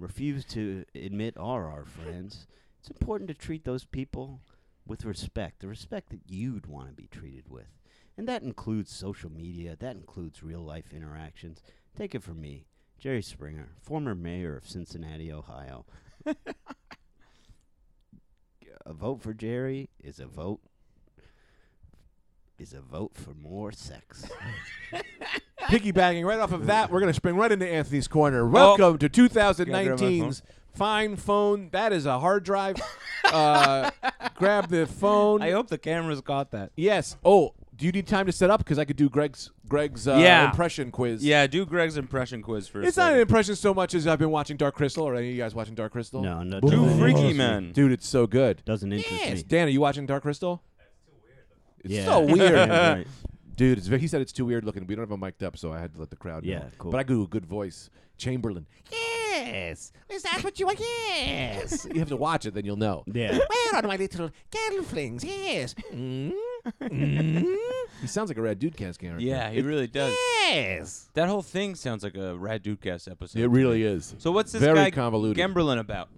Speaker 2: refuse to admit are our friends, it's important to treat those people with respect, the respect that you'd want to be treated with. And that includes social media, that includes real life interactions. Take it from me, Jerry Springer, former mayor of Cincinnati, Ohio. a vote for Jerry is a vote is a vote for more sex.
Speaker 1: Piggybacking right off of that, we're going to spring right into Anthony's corner. Welcome to
Speaker 3: You gotta Oh. grab my phone.
Speaker 1: 2019's Fine phone. That is a hard drive. uh, grab the phone.
Speaker 3: I hope the cameras caught that.
Speaker 1: yes. Oh, do you need time to set up? Because I could do Greg's Greg's uh,
Speaker 3: Yeah.
Speaker 1: impression quiz.
Speaker 3: Yeah, do Greg's impression quiz for a
Speaker 1: It's not an
Speaker 3: second.
Speaker 1: impression so much as I've been watching Dark Crystal. Or any of you guys watching Dark Crystal?
Speaker 2: No, no,
Speaker 3: Two
Speaker 2: doesn't interest
Speaker 3: freaky
Speaker 2: me.
Speaker 3: men.
Speaker 1: Dude, it's so good.
Speaker 2: Doesn't interest
Speaker 1: Yes.
Speaker 2: me.
Speaker 1: Dan, are you watching Dark Crystal? It's
Speaker 2: Yeah.
Speaker 1: so weird.
Speaker 2: Yeah, right.
Speaker 1: Dude, it's, ve- he said it's too weird looking. We don't have a mic'd up, so I had to let the crowd know.
Speaker 2: Yeah, cool.
Speaker 1: But I could do a good voice. Chamberlain.
Speaker 5: Yes. Is that what you want? Yes.
Speaker 1: You have to watch it, then you'll know.
Speaker 2: Yeah.
Speaker 5: Where are my little gelflings? Yes. Mm,
Speaker 1: Mm. He sounds like a Rad Dude cast character.
Speaker 3: Yeah, he really does.
Speaker 5: Yes.
Speaker 3: That whole thing sounds like a Rad Dudecast episode.
Speaker 1: It really is.
Speaker 3: So what's this
Speaker 1: Very
Speaker 3: guy
Speaker 1: convoluted.
Speaker 3: Gemberlin about?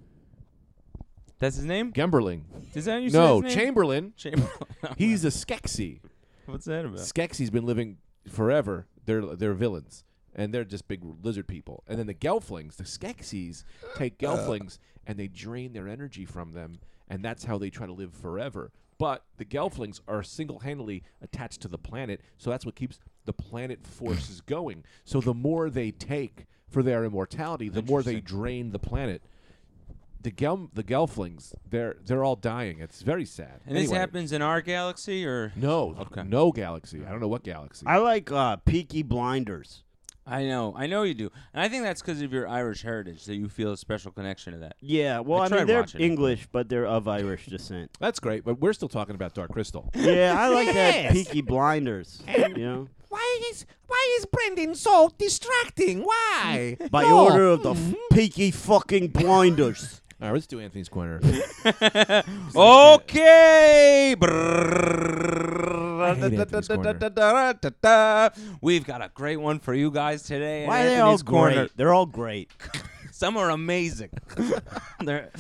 Speaker 3: That's his name?
Speaker 1: Gemberling.
Speaker 3: Is that how you say
Speaker 1: No,
Speaker 3: his name?
Speaker 1: Chamberlain.
Speaker 3: Chamberlain.
Speaker 1: He's a Skeksis.
Speaker 3: what's that about?
Speaker 1: Skeksis been living forever. They're they're villains, and they're just big lizard people. And then the Gelflings, the Skeksis, take Gelflings and they drain their energy from them, and that's how they try to live forever. But the Gelflings are single-handedly attached to the planet, so that's what keeps the planet forces going. So the more they take for their immortality, the more they drain the planet. The Gel the Gelflings, they're they're all dying. It's very sad.
Speaker 3: And this
Speaker 1: Anyway,
Speaker 3: happens in our galaxy, or
Speaker 1: No,
Speaker 3: Okay.
Speaker 1: no galaxy. I don't know what galaxy.
Speaker 2: I like uh, Peaky Blinders.
Speaker 3: I know, I know you do, and I think that's because of your Irish heritage that you feel a special connection to that.
Speaker 2: Yeah, well,
Speaker 3: I
Speaker 2: I,
Speaker 3: tried
Speaker 2: mean, they're
Speaker 3: watching it.
Speaker 2: English, but they're of Irish descent.
Speaker 1: That's great, but we're still talking about Dark Crystal.
Speaker 2: Yeah, I like that
Speaker 5: Yes.
Speaker 2: Peaky Blinders. You know,
Speaker 5: Why is why is Brendan so distracting? Why?
Speaker 2: by order of the f- Peaky fucking Blinders.
Speaker 1: All right, let's do Anthony's corner.
Speaker 3: Okay.
Speaker 1: hate Anthony's
Speaker 3: We've got a great one for you guys today.
Speaker 2: Why are
Speaker 3: in
Speaker 2: they all
Speaker 3: Anthony's corner.
Speaker 2: great? They're all great.
Speaker 3: Some are amazing. They're-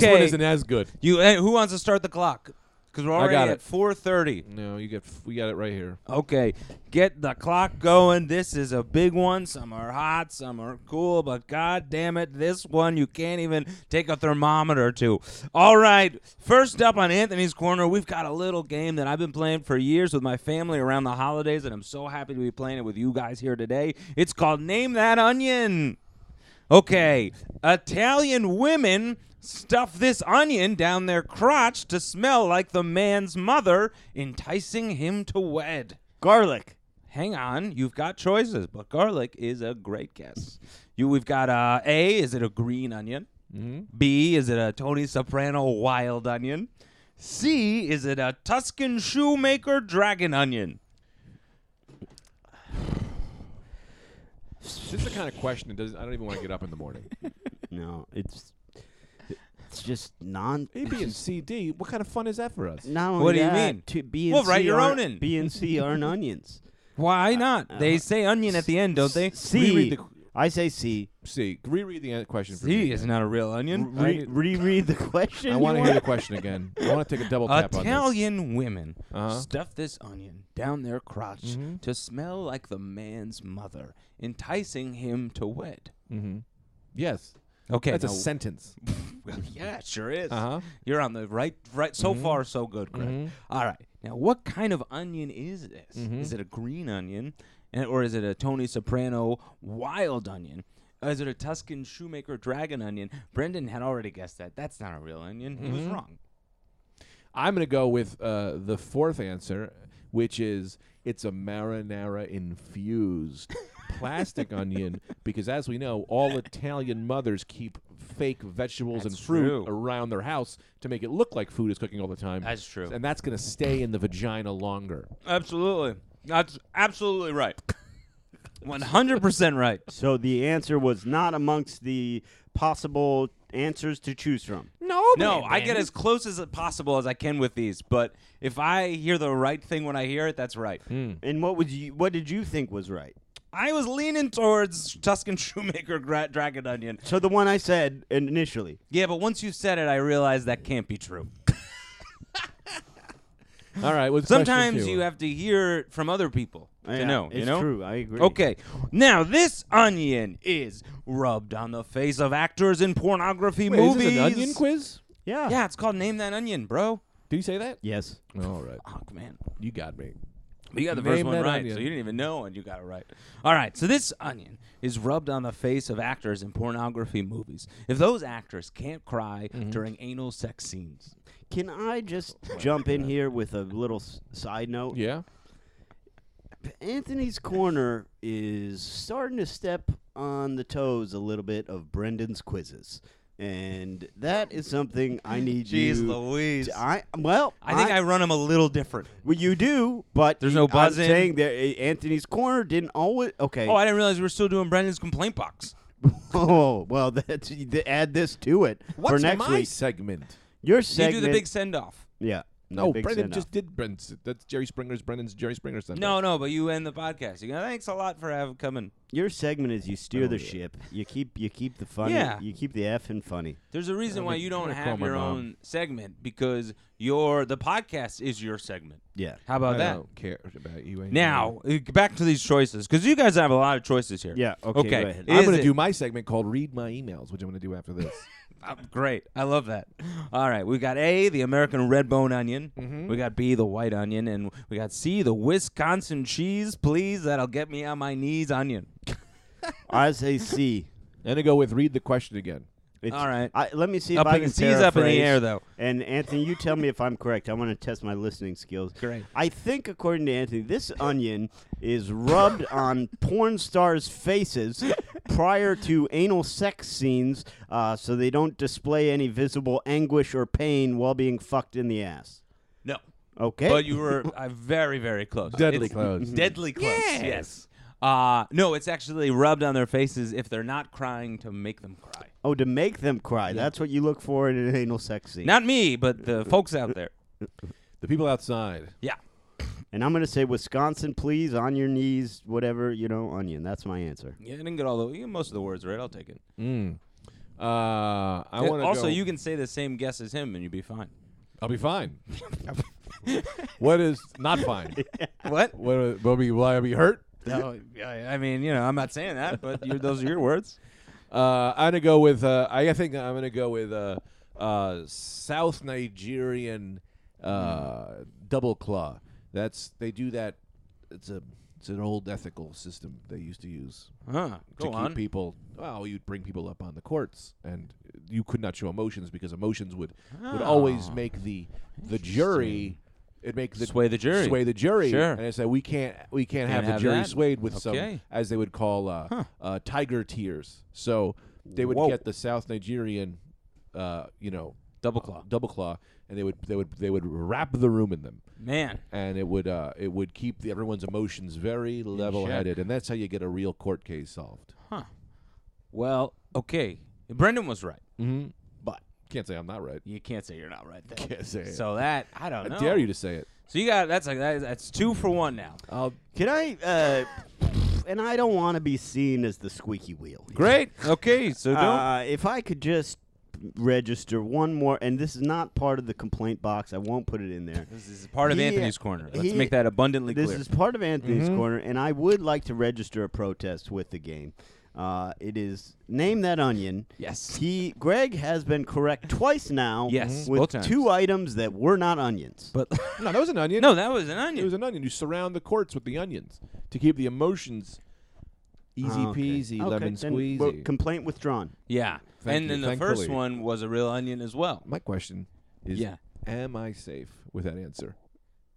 Speaker 1: So this one isn't as good.
Speaker 3: you, hey, who wants to start the clock? Because we're
Speaker 1: I
Speaker 3: already
Speaker 1: got
Speaker 3: at
Speaker 1: it.
Speaker 3: 4:30.
Speaker 1: No, you got we got it right here.
Speaker 3: Okay, get the clock going. This is a big one. Some are hot, some are cool, but god damn it, this one you can't even take a thermometer to. All right, first up on Anthony's Corner, we've got a little game that I've been playing for years with my family around the holidays, and I'm so happy to be playing it with you guys here today. It's called Name That Onion. Okay, Italian women stuff this onion down their crotch to smell like the man's mother, enticing him to wed.
Speaker 2: Garlic.
Speaker 3: Hang on, you've got choices, but garlic is a great guess. You, we've got uh, A. Is it a green onion? B. Is it a Tony Soprano wild onion? C. Is it a Tuscan shoemaker dragon onion?
Speaker 1: This is the kind of question that doesn't. I don't even want to get up in the morning.
Speaker 2: No, it's it's just non.
Speaker 1: A, B, and C, D. What kind of fun is that for us?
Speaker 2: Not only
Speaker 3: What do you
Speaker 2: that,
Speaker 3: mean?
Speaker 2: To B and
Speaker 3: Well, write
Speaker 2: C
Speaker 3: your
Speaker 2: aren't-
Speaker 3: own in.
Speaker 2: B and C aren't onions.
Speaker 3: Why not? they say onion at the end, don't they?
Speaker 2: C. I
Speaker 1: Reread the-
Speaker 2: say C.
Speaker 1: C. Reread the an- question for
Speaker 3: C
Speaker 1: me.
Speaker 3: is not a real onion.
Speaker 1: I
Speaker 2: Re-
Speaker 1: need-
Speaker 2: reread the question.
Speaker 1: I
Speaker 2: you
Speaker 1: want to
Speaker 2: want?
Speaker 1: hear the question again. I want to take a double tap on this.
Speaker 3: Italian women
Speaker 1: Uh-huh.
Speaker 3: stuff this onion down their crotch to smell like the man's mother, enticing him to wed.
Speaker 1: Mm-hmm. Yes,
Speaker 3: Okay,
Speaker 1: that's a
Speaker 3: now-
Speaker 1: sentence.
Speaker 3: yeah, it sure is.
Speaker 1: Uh-huh.
Speaker 3: You're on the right, right. So far, so good, Greg. All right. Now, what kind of onion is this? Is it a green onion, and, or is it a Tony Soprano wild onion? Or Is it a Tuscan shoemaker dragon onion? Brendan had already guessed that. That's not a real onion. He was wrong.
Speaker 1: I'm gonna go with uh, the fourth answer, which is it's a marinara infused plastic onion because, as we know, all Italian mothers keep fake vegetables and
Speaker 3: That's
Speaker 1: fruit
Speaker 3: true.
Speaker 1: around their house to make it look like food is cooking all the time.
Speaker 3: That's true.
Speaker 1: and that's gonna stay in the vagina longer.
Speaker 3: Absolutely. That's absolutely right. 100% right.
Speaker 2: So the answer was not amongst the possible answers to choose from.
Speaker 5: No,
Speaker 3: No, I
Speaker 5: Brendan.
Speaker 3: get as close as possible as I can with these, but if I hear the right thing when I hear it, that's right.
Speaker 2: And what would you? What did you think was right?
Speaker 3: I was leaning towards Tuscan Shoemaker gra- Dragon Onion.
Speaker 2: So the one I said initially.
Speaker 3: Yeah, but once you said it, I realized that can't be true.
Speaker 1: All right. With question
Speaker 3: Sometimes
Speaker 1: two.
Speaker 3: you have to hear it from other people
Speaker 2: Yeah,
Speaker 3: to know.
Speaker 2: it's
Speaker 3: you know?
Speaker 2: true. I agree.
Speaker 3: Okay, now this onion is rubbed on the face of actors in pornography
Speaker 1: Wait, is
Speaker 3: movies.
Speaker 1: this an onion quiz.
Speaker 2: Yeah.
Speaker 3: Yeah, it's called Name That Onion, bro.
Speaker 1: Did you say that?
Speaker 2: Yes.
Speaker 1: All right.
Speaker 3: Fuck, man.
Speaker 1: You got me.
Speaker 3: But you got the
Speaker 1: Name
Speaker 3: first one
Speaker 1: that
Speaker 3: right,
Speaker 1: onion.
Speaker 3: so you didn't even know, and you got it right. All right, so this onion is rubbed on the face of actors in pornography movies. If those actors can't cry
Speaker 1: Mm-hmm.
Speaker 3: during anal sex scenes,
Speaker 2: Can I just jump in here with a little s- side note?
Speaker 1: Yeah.
Speaker 2: Anthony's Corner is starting to step on the toes a little bit of Brendan's quizzes. And that is something I need
Speaker 3: Jeez
Speaker 2: you.
Speaker 3: Louise.
Speaker 2: I well,
Speaker 3: I think I, run them a little different.
Speaker 2: well, you do, but
Speaker 3: There's
Speaker 2: you-
Speaker 3: no
Speaker 2: I'm
Speaker 3: buzzing.
Speaker 2: saying that uh, Anthony's Corner didn't always. Okay.
Speaker 3: Oh, I didn't realize we were still doing Brendan's complaint box.
Speaker 2: Oh, well, that's th- add this to it for
Speaker 1: What's
Speaker 2: next
Speaker 1: my
Speaker 2: week.
Speaker 1: segment?
Speaker 2: Your
Speaker 3: You
Speaker 2: segment,
Speaker 3: do the big Oh, send off.
Speaker 2: yeah.
Speaker 1: No,
Speaker 2: big
Speaker 1: Brendan
Speaker 2: send-off.
Speaker 1: just did Brendan's. That's Jerry Springer's. Brendan's Jerry Springer's. send-off.
Speaker 3: No, no, but you end the podcast. You go, thanks a lot for having coming.
Speaker 2: Your segment is you steer the ship. You keep you keep the funny.
Speaker 3: Oh, Yeah.
Speaker 2: You keep the f and funny.
Speaker 3: There's a reason why you don't
Speaker 1: gonna call
Speaker 3: have
Speaker 1: my
Speaker 3: your
Speaker 1: mom.
Speaker 3: own segment because your the podcast is your segment.
Speaker 2: Yeah.
Speaker 3: How about
Speaker 1: I
Speaker 3: that?
Speaker 1: don't care about you. anymore.
Speaker 3: Now uh, back to these choices because you guys have a lot of choices here.
Speaker 2: Yeah, okay,
Speaker 3: Okay.
Speaker 2: go ahead.
Speaker 1: I'm
Speaker 3: is
Speaker 1: going
Speaker 3: it-
Speaker 1: to do my segment called "Read My Emails," which I'm going to do after this.
Speaker 3: Uh, great. I love that. All right. We got A, the American red bone onion. We got B, the white onion. And we got C, the Wisconsin cheese, please. That'll get me on my knees onion.
Speaker 2: I say C.
Speaker 1: and I go with "Read the question again."
Speaker 2: It's-
Speaker 3: All right.
Speaker 2: I, let me see
Speaker 3: Up
Speaker 2: if I
Speaker 3: in-
Speaker 2: can
Speaker 3: C's up in the
Speaker 2: paraphrase.
Speaker 3: air, though.
Speaker 2: And Anthony, you tell me if I'm correct. I want to test my listening skills.
Speaker 3: Great.
Speaker 2: I think, according to Anthony, this onion is rubbed on porn stars' faces prior to anal sex scenes, uh, so they don't display any visible anguish or pain while being fucked in the ass.
Speaker 3: No.
Speaker 2: Okay.
Speaker 3: But you were uh, very, very close.
Speaker 1: Deadly
Speaker 3: It's
Speaker 1: close.
Speaker 3: Deadly close. Yes. Uh, no, it's actually rubbed on their faces if they're not crying to make them cry.
Speaker 2: oh, to make them cry. That's what you look for in an anal sex scene.
Speaker 3: Not me, but the folks out there.
Speaker 1: The people outside.
Speaker 3: Yeah.
Speaker 2: and I'm gonna say Wisconsin, please, on your knees, whatever you know, onion. That's my answer.
Speaker 3: Yeah, I didn't get all the you get most of the words right. I'll take it.
Speaker 1: Mm. Uh, I want to
Speaker 3: also,
Speaker 1: go,
Speaker 3: you can say the same guess as him, and you'd be fine.
Speaker 1: I'll be fine. what is not fine?
Speaker 3: What?
Speaker 1: What? Will be? Will I be hurt?
Speaker 3: No, I, I mean, you know, I'm not saying that, but you those are your words.
Speaker 1: Uh, I'm gonna go with. Uh, I think I'm gonna go with uh, uh, South Nigerian uh, double claw. That's they do that. It's a it's an old ethical system they used to use
Speaker 3: Huh.
Speaker 1: to keep people. Well, you'd bring people up on the courts, and you could not show emotions because emotions would would always make the the jury. It make the
Speaker 3: Oh, Sway the jury.
Speaker 1: sway the jury,
Speaker 3: Sure.
Speaker 1: and it's like we can't we can't, have,
Speaker 3: have
Speaker 1: the jury
Speaker 3: that.
Speaker 1: swayed with some
Speaker 3: Okay.
Speaker 1: as they would call uh, uh, tiger tears. So they would
Speaker 3: Whoa.
Speaker 1: get the South Nigerian, uh, you know,
Speaker 3: Double claw.
Speaker 1: double claw, and they would they would they would wrap the room in them,
Speaker 3: Man.
Speaker 1: and it would uh, it would keep the, everyone's emotions very level headed, and that's how you get a real court case solved.
Speaker 3: Well, okay. Brendan was right.
Speaker 1: But can't say I'm not right.
Speaker 3: You can't say you're not right there.
Speaker 1: Can't say it.
Speaker 3: So that I don't
Speaker 1: I
Speaker 3: know.
Speaker 1: dare you to say it.
Speaker 3: So you got that's like that, that's two for one now.
Speaker 2: Can I? Uh, and I don't want to be seen as the squeaky wheel. here.
Speaker 3: Great. Okay. So don't.
Speaker 2: Uh, if I could just register one more, and this is not part of the complaint box, I won't put it in there.
Speaker 3: this is part of
Speaker 2: he-
Speaker 3: Anthony's corner. Let's
Speaker 2: he-
Speaker 3: make that abundantly
Speaker 2: This
Speaker 3: clear.
Speaker 2: is part of Anthony's corner, and I would like to register a protest with the game. Uh, it is name that onion.
Speaker 3: Yes.
Speaker 2: He Greg has been correct twice now.
Speaker 3: Yes,
Speaker 2: with
Speaker 3: both times.
Speaker 2: two items that were not onions.
Speaker 3: but
Speaker 1: No, that was an onion.
Speaker 3: no, that was
Speaker 1: it
Speaker 3: an
Speaker 1: was
Speaker 3: onion.
Speaker 1: an onion. You surround the courts with the onions to keep the emotions easy
Speaker 2: Ah, okay.
Speaker 1: peasy,
Speaker 2: Okay,
Speaker 1: lemon
Speaker 2: then, well,
Speaker 1: squeezy.
Speaker 2: complaint withdrawn.
Speaker 3: Yeah.
Speaker 1: Thank
Speaker 3: and
Speaker 1: you,
Speaker 3: then the first
Speaker 1: thankfully.
Speaker 3: one was a real onion as well.
Speaker 1: My question is,
Speaker 3: Yeah.
Speaker 1: am I safe with that answer?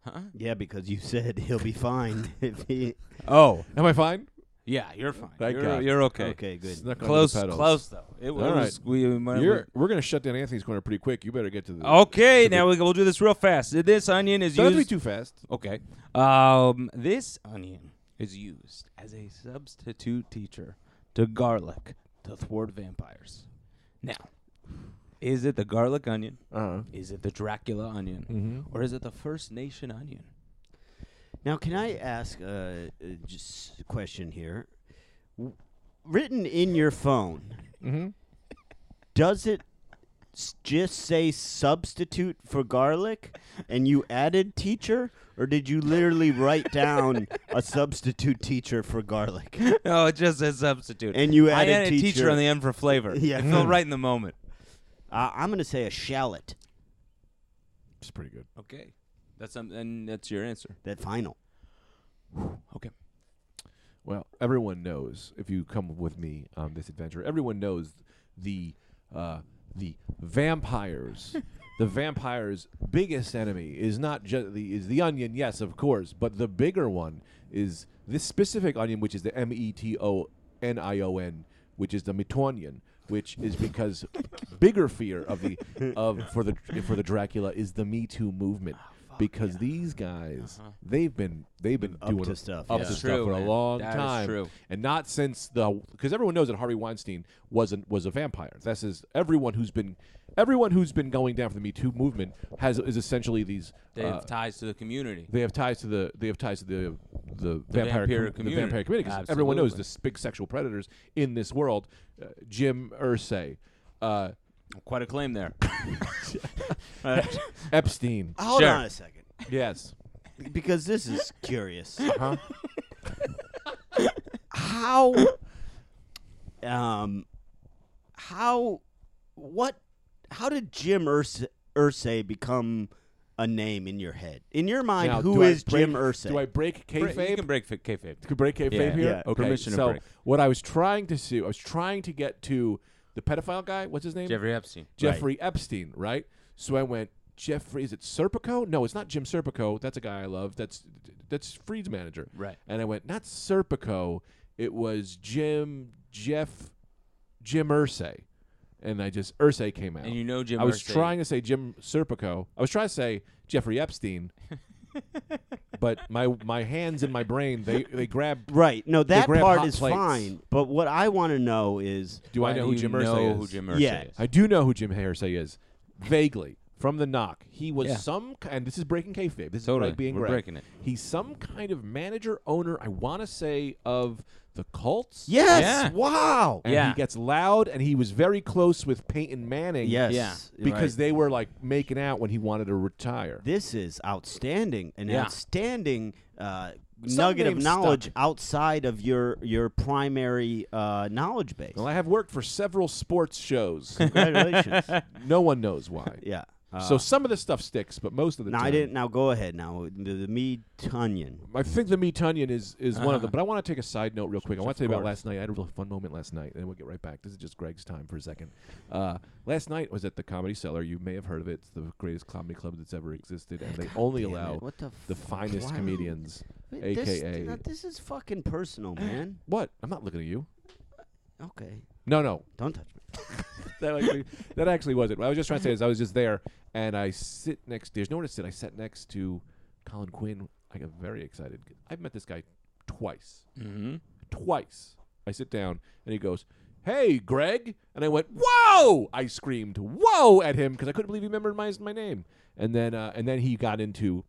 Speaker 3: Huh?
Speaker 2: Yeah, because you said he'll be fine if he.
Speaker 3: Oh.
Speaker 1: Am I fine?
Speaker 3: Yeah. You're fine.
Speaker 1: Thank
Speaker 3: you're,
Speaker 1: God.
Speaker 3: you're okay.
Speaker 2: Okay, good.
Speaker 1: Snuck under the
Speaker 3: Close.
Speaker 1: pedals.
Speaker 3: Close though. It
Speaker 1: All right.
Speaker 3: was. We, we-
Speaker 1: You're, we're gonna shut down Anthony's corner pretty quick. You better get to the.
Speaker 3: Okay,
Speaker 1: to the-
Speaker 3: now we, we'll do this real fast. This onion is
Speaker 1: Don't be
Speaker 3: used.
Speaker 1: too fast.
Speaker 3: okay. Um, this onion is used as a substitute teacher to garlic to thwart vampires. Now, is it the garlic onion?
Speaker 1: Uh-huh.
Speaker 3: Is it the Dracula onion? Or is it the First Nation onion?
Speaker 2: Now, can I ask uh, uh, just a question here? W- written in your phone,
Speaker 1: Mm-hmm.
Speaker 2: does it s- just say substitute for garlic and you added teacher? Or did you literally write down a substitute teacher for garlic?
Speaker 3: No, it just says substitute.
Speaker 2: And you
Speaker 3: I
Speaker 2: added
Speaker 3: added teacher.
Speaker 2: teacher.
Speaker 3: on the end for flavor.
Speaker 2: Yeah.
Speaker 3: I felt right in the moment.
Speaker 2: Uh, I'm going to say a shallot.
Speaker 1: It's pretty good.
Speaker 3: Okay, that's um, and that's your answer.
Speaker 2: That final.
Speaker 3: Okay.
Speaker 1: Well, everyone knows if you come with me on this adventure. Everyone knows the uh, the vampires. the vampires' biggest enemy is not just the is the onion, yes, of course, but the bigger one is this specific onion, which is the M E T O N I O N, which is the metonion. Which is because bigger fear of the of for the for the Dracula is the Me Too movement because these guys they've been they've been doing
Speaker 2: to
Speaker 1: it-
Speaker 2: stuff,
Speaker 1: up to
Speaker 2: yeah.
Speaker 3: That's
Speaker 1: stuff
Speaker 3: true,
Speaker 1: for a
Speaker 3: man.
Speaker 1: long
Speaker 3: That is
Speaker 1: time
Speaker 3: true.
Speaker 1: and not since the because everyone knows that Harvey Weinstein wasn't was a vampire. That's his, everyone who's been everyone who's been going down for the Me Too movement has is essentially these
Speaker 3: They have
Speaker 1: uh,
Speaker 3: ties to the community.
Speaker 1: they have ties to the they have ties to the the, vampire
Speaker 3: vampire
Speaker 1: com- the
Speaker 3: community.
Speaker 1: vampire community 'cause everyone knows
Speaker 3: Absolutely.
Speaker 1: this big sexual predators in this world. Uh, Jim Irsay, uh,
Speaker 3: Quite a claim there.
Speaker 1: Epstein.
Speaker 2: Hold
Speaker 3: Sure.
Speaker 2: on a second,
Speaker 1: Yes.
Speaker 2: because this is curious.
Speaker 1: Huh?
Speaker 2: how um how what how did Jim Ursa, Ursay become a name in your head? In your mind,
Speaker 1: Now,
Speaker 2: who
Speaker 1: do I
Speaker 2: is Jim
Speaker 1: break-
Speaker 2: Ursay?
Speaker 1: Do I break
Speaker 3: Bra-
Speaker 1: kayfabe?
Speaker 3: you can break fi- kayfabe.
Speaker 1: Could break kayfabe
Speaker 3: Yeah,
Speaker 1: here?
Speaker 2: yeah.
Speaker 1: Okay.
Speaker 3: Permission to
Speaker 1: so
Speaker 3: break.
Speaker 1: what I was trying to see, I was trying to get to the pedophile guy. What's his name?
Speaker 3: Jeffrey Epstein.
Speaker 1: Jeffrey Epstein, right? So I went, Jeffrey, is it Serpico? No, it's not Jim Serpico. That's a guy I love. That's that's Freed's manager.
Speaker 3: Right.
Speaker 1: And I went, not Serpico. It was Jim Jeff Jim Ursay. And I just Ursay came out.
Speaker 3: And you know Jim
Speaker 1: I was
Speaker 3: Irsay.
Speaker 1: trying to say Jim Serpico. I was trying to say Jeffrey Epstein. but my my hands and my brain, they they grabbed
Speaker 2: right. No, that
Speaker 1: grab
Speaker 2: part
Speaker 1: hot
Speaker 2: is
Speaker 1: plates.
Speaker 2: fine. But what I want to know is
Speaker 1: Do
Speaker 3: Why
Speaker 1: I know
Speaker 3: do
Speaker 1: who
Speaker 3: you
Speaker 1: Jim
Speaker 3: know
Speaker 1: Irsay is?
Speaker 3: who Jim Irsay
Speaker 2: Yeah.
Speaker 3: is?
Speaker 1: I do know who Jim Irsay is, vaguely from the knock. He was
Speaker 3: Yeah.
Speaker 1: some ki- and this is breaking kayfabe. This
Speaker 3: Totally.
Speaker 1: is like being
Speaker 3: We're
Speaker 1: Greg.
Speaker 3: breaking it.
Speaker 1: He's some kind of manager, owner. I want to say of the Colts.
Speaker 2: yes,
Speaker 3: Yeah.
Speaker 2: wow,
Speaker 1: And
Speaker 3: Yeah.
Speaker 1: he gets loud, and he was very close with Peyton Manning.
Speaker 2: yes,
Speaker 3: Yeah.
Speaker 1: Because
Speaker 2: right.
Speaker 1: they were like making out when he wanted to retire.
Speaker 2: this is outstanding, an
Speaker 3: Yeah.
Speaker 2: outstanding uh,
Speaker 1: Some
Speaker 2: nugget of
Speaker 1: names
Speaker 2: knowledge
Speaker 1: stuck.
Speaker 2: outside of your your primary uh, knowledge base.
Speaker 1: Well, I have worked for several sports shows.
Speaker 2: Congratulations.
Speaker 1: no one knows why.
Speaker 2: yeah. Uh,
Speaker 1: so some of this stuff sticks, but most of the
Speaker 2: No,
Speaker 1: time.
Speaker 2: I didn't. Now go ahead. Now the, the mead tunyon.
Speaker 1: I think the meat onion is is one
Speaker 2: Uh-huh.
Speaker 1: of them. But I want to take a side note real quick. I want to tell you about
Speaker 3: course.
Speaker 1: last night. I had a real fun moment last night, and then we'll get right back. This is just Greg's time for a second. Uh, last night was at the Comedy Cellar. You may have heard of it. It's the greatest comedy club that's ever existed, and they only
Speaker 2: damn it.
Speaker 1: allow
Speaker 2: What the
Speaker 1: the
Speaker 2: fuck?
Speaker 1: finest
Speaker 2: Wow.
Speaker 1: comedians,
Speaker 2: Wait, this-
Speaker 1: aka
Speaker 2: now, this is fucking personal, man.
Speaker 1: what? I'm not looking at you.
Speaker 2: Okay,
Speaker 1: No, no,
Speaker 2: don't touch me.
Speaker 1: that actually that actually wasn't. What I was just trying to say is I was just there and I sit next. There's nowhere to sit. I sat next to Colin Quinn. I got very excited. I've met this guy twice.
Speaker 3: Mm-hmm.
Speaker 1: Twice. I sit down and he goes, "Hey, Greg," and I went, "Whoa!" I screamed, "Whoa!" at him because I couldn't believe he remembered my my name. And then uh, and then he got into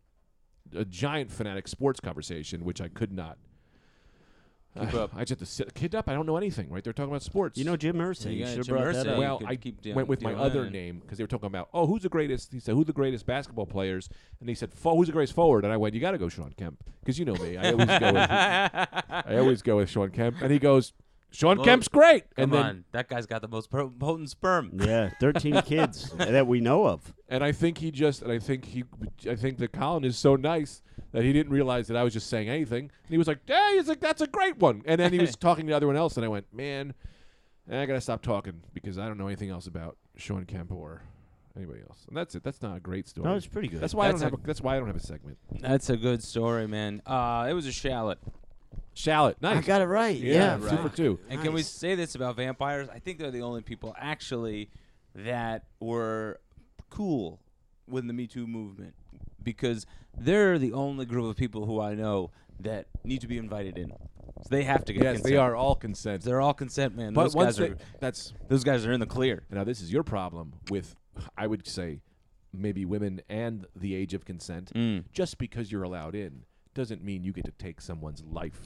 Speaker 1: a giant fanatic sports conversation, which I could not.
Speaker 3: Keep
Speaker 1: Uh,
Speaker 3: up.
Speaker 1: I just had to sit kid up. I don't know anything, right? They're talking about sports.
Speaker 2: You know Jim Irsay.
Speaker 3: You
Speaker 2: You,
Speaker 3: got
Speaker 2: should have
Speaker 3: Jim
Speaker 2: brought that
Speaker 3: Irsay.
Speaker 2: up.
Speaker 3: you
Speaker 1: well,
Speaker 3: could
Speaker 1: I
Speaker 3: keep doing-
Speaker 1: went with my
Speaker 3: doing
Speaker 1: other
Speaker 3: that.
Speaker 1: name because they were talking about, oh, who's the greatest? He said, who's the greatest basketball players? And he said, Fo- who's the greatest forward? And I went, you got to go Sean Kemp because you know me. I always go. With, I always go with Sean Kemp, and he goes, Sean
Speaker 3: Well,
Speaker 1: Kemp's great.
Speaker 3: Come
Speaker 1: and then,
Speaker 3: on, that guy's got the most pro- potent sperm.
Speaker 2: Yeah, thirteen kids that we know of.
Speaker 1: and I think he just, and I think he, I think that Colin is so nice that he didn't realize that I was just saying anything, and he was like, hey, he's like, that's a great one. And then he was talking to everyone else, and I went, man, I gotta stop talking because I don't know anything else about Sean Kemp or. Anybody else? And that's it. That's not a great story.
Speaker 2: No, it's pretty good.
Speaker 1: That's why
Speaker 3: That's
Speaker 1: I don't
Speaker 3: a-
Speaker 1: have. A, that's why I don't have a segment.
Speaker 3: That's a good story, man. Uh, it was a shallot.
Speaker 1: Shallot, nice.
Speaker 2: I got it right. Yeah,
Speaker 1: two
Speaker 3: right.
Speaker 1: for two.
Speaker 3: And can we
Speaker 2: Nice.
Speaker 3: say this about vampires? I think they're the only people actually that were cool with the Me Too movement because they're the only group of people who I know that need to be invited in. So they have to get
Speaker 1: Yes,
Speaker 3: consent.
Speaker 1: they are all consent.
Speaker 3: They're all consent, man.
Speaker 1: but
Speaker 3: those
Speaker 1: once
Speaker 3: guys
Speaker 1: they,
Speaker 3: are
Speaker 1: that's
Speaker 3: those guys are in the clear.
Speaker 1: now this is your problem with, I would say, maybe women and the age of consent.
Speaker 3: Mm.
Speaker 1: Just because you're allowed in doesn't mean you get to take someone's life.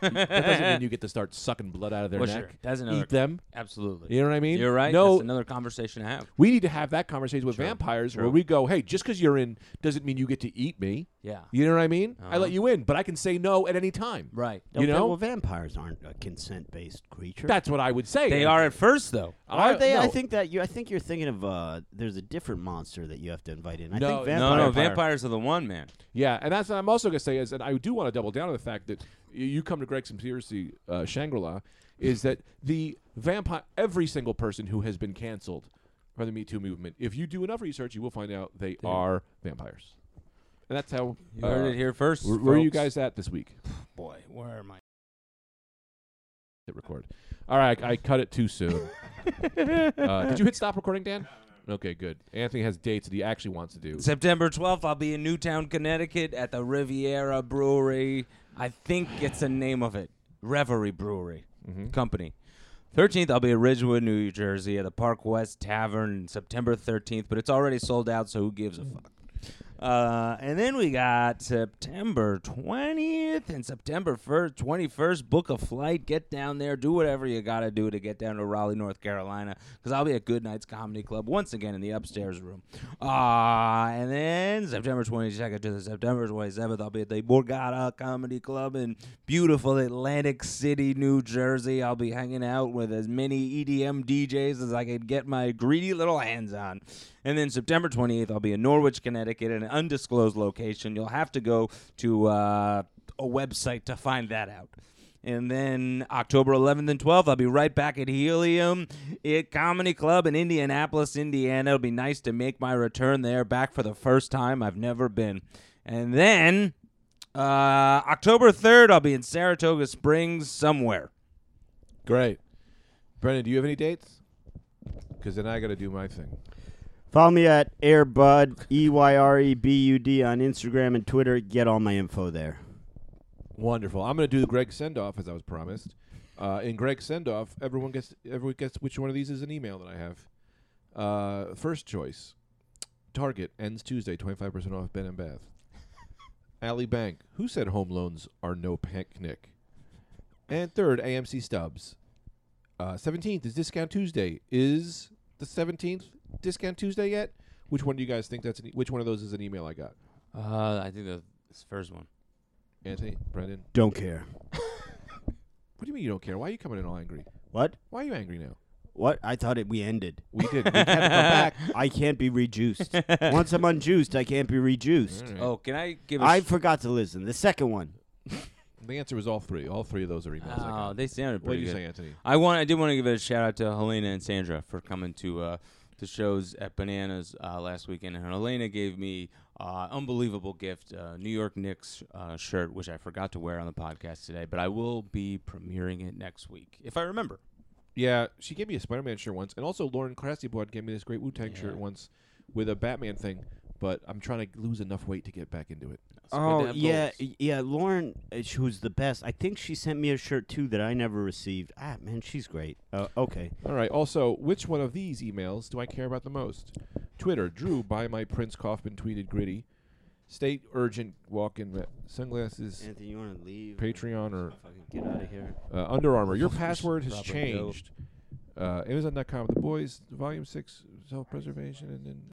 Speaker 1: that doesn't mean you get to start sucking blood out of their
Speaker 3: Well, sure.
Speaker 1: neck.
Speaker 3: That's another-
Speaker 1: Eat them.
Speaker 3: Absolutely.
Speaker 1: You know what I mean?
Speaker 3: You're right.
Speaker 1: No,
Speaker 3: That's another conversation to have.
Speaker 1: we need to have that conversation with vampires where we go, hey, just because you're in doesn't mean you get to eat me.
Speaker 3: Yeah. Uh-huh.
Speaker 1: You know what I mean? I let you in, but I can say no at any time.
Speaker 3: Right.
Speaker 1: You know?
Speaker 2: well, vampires aren't a consent-based creature.
Speaker 1: That's what I would say.
Speaker 3: They are at first though.
Speaker 2: Aren't they? I
Speaker 1: no.
Speaker 2: think that you. I think you're thinking of. Uh, there's a different monster that you have to invite in. I
Speaker 1: No,
Speaker 2: think
Speaker 1: no,
Speaker 2: vampire.
Speaker 3: No, no,
Speaker 1: Vampire.
Speaker 3: vampires are the one, man.
Speaker 1: Yeah, and that's what I'm also gonna say is this, and I do want to double down on the fact that y- you come to Greg's conspiracy uh, Shangri La, is that the vampire, every single person who has been canceled from the Me Too movement, if you do enough research, you will find out they are vampires, and that's how.
Speaker 3: You heard
Speaker 1: uh,
Speaker 3: it here first.
Speaker 1: where, where are you
Speaker 3: folks.
Speaker 1: guys at this week?
Speaker 2: Boy, where am I?
Speaker 1: Hit record. All right, I, I cut it too soon. uh, did you hit stop recording, Dan? Okay, good. Anthony has dates that he actually wants to do.
Speaker 3: September 12th, I'll be in Newtown, Connecticut at the Riviera Brewery. I think it's the name of it Reverie Brewery
Speaker 1: Mm-hmm.
Speaker 3: Company. 13th, I'll be in Ridgewood, New Jersey at the Park West Tavern September 13th, but it's already sold out, so who gives a fuck? Uh, and then we got September 20th and September 1st, 21st. Book a flight, get down there, do whatever you got to do to get down to Raleigh, North Carolina, because I'll be at Good Nights Comedy Club once again in the upstairs room. Uh, and then September 22nd to the September 27th, I'll be at the Borgata Comedy Club in beautiful Atlantic City, New Jersey. I'll be hanging out with as many E EDM DJs as I can get my greedy little hands on. And then September 28th, I'll be in Norwich, Connecticut, at an undisclosed location. You'll have to go to uh, a website to find that out. And then October 11th and 12th, I'll be right back at Helium at Comedy Club in Indianapolis, Indiana. It'll be nice to make my return there back for the first time. I've never been. And then uh, October 3rd, I'll be in Saratoga Springs somewhere.
Speaker 1: Great. Brendan, do you have any dates? Because then I got to do my thing.
Speaker 2: Follow me at Airbud E Y R E B U D on Instagram and Twitter. Get all my info there.
Speaker 1: Wonderful. I'm going to do the Greg send off as I was promised. Uh, in Greg send off, everyone gets everyone gets which one of these is an email that I have. Uh, first choice, Target ends Tuesday, 25% off Ben and Bath. Alley Bank, who said home loans are no picnic? And third, AMC Stubbs. Uh, 17th is Discount Tuesday. Is the 17th Discount Tuesday yet? Which one do you guys think that's an e- which one of those is an email I got?
Speaker 3: Uh, I think that's the first one.
Speaker 1: Anthony, Brendan,
Speaker 2: Don't care.
Speaker 1: What do you mean you don't care? Why are you coming in all angry?
Speaker 2: What?
Speaker 1: Why are you angry now?
Speaker 2: What? I thought it. We ended.
Speaker 1: We did. We had to come back.
Speaker 2: I can't be rejuiced. Once I'm unjuiced, I can't be rejuiced.
Speaker 3: Oh, can I give a
Speaker 2: I
Speaker 3: sh-
Speaker 2: forgot to listen. The second one.
Speaker 1: The answer was all three. All three of those are emails. I
Speaker 3: Oh,
Speaker 1: got.
Speaker 3: they sounded
Speaker 1: What do
Speaker 3: pretty
Speaker 1: you
Speaker 3: good.
Speaker 1: say, Anthony?
Speaker 3: I want. I did want to give a shout out to Helena and Sandra for coming to uh, the shows at Bananas uh, last weekend. And Helena gave me uh, unbelievable gift, uh, New York Knicks uh, shirt, which I forgot to wear on the podcast today, but I will be premiering it next week if I remember.
Speaker 1: Yeah, she gave me a Spider-Man shirt once, and also Lauren Krasnyblatt gave me this great Wu-Tang shirt once with a Batman thing. But I'm trying to lose enough weight to get back into it.
Speaker 3: It's good to
Speaker 1: Oh,
Speaker 3: have
Speaker 2: Oh, yeah,
Speaker 3: goals.
Speaker 2: y- yeah. Lauren, uh, sh- who's the best? I think she sent me a shirt too that I never received. Ah, man, she's great. Uh, okay.
Speaker 1: All right. Also, which one of these emails do I care about the most? Twitter, Drew by my Prince Kaufman tweeted gritty. State urgent walk-in re- sunglasses.
Speaker 2: Anthony, you want to leave?
Speaker 1: Patreon or
Speaker 2: Fucking get out of here.
Speaker 1: Uh, Under Armour. Your
Speaker 3: Just
Speaker 1: password has
Speaker 3: probably go.
Speaker 1: changed. Uh, Amazon.com. The Boys, Volume Six, Self Preservation, and then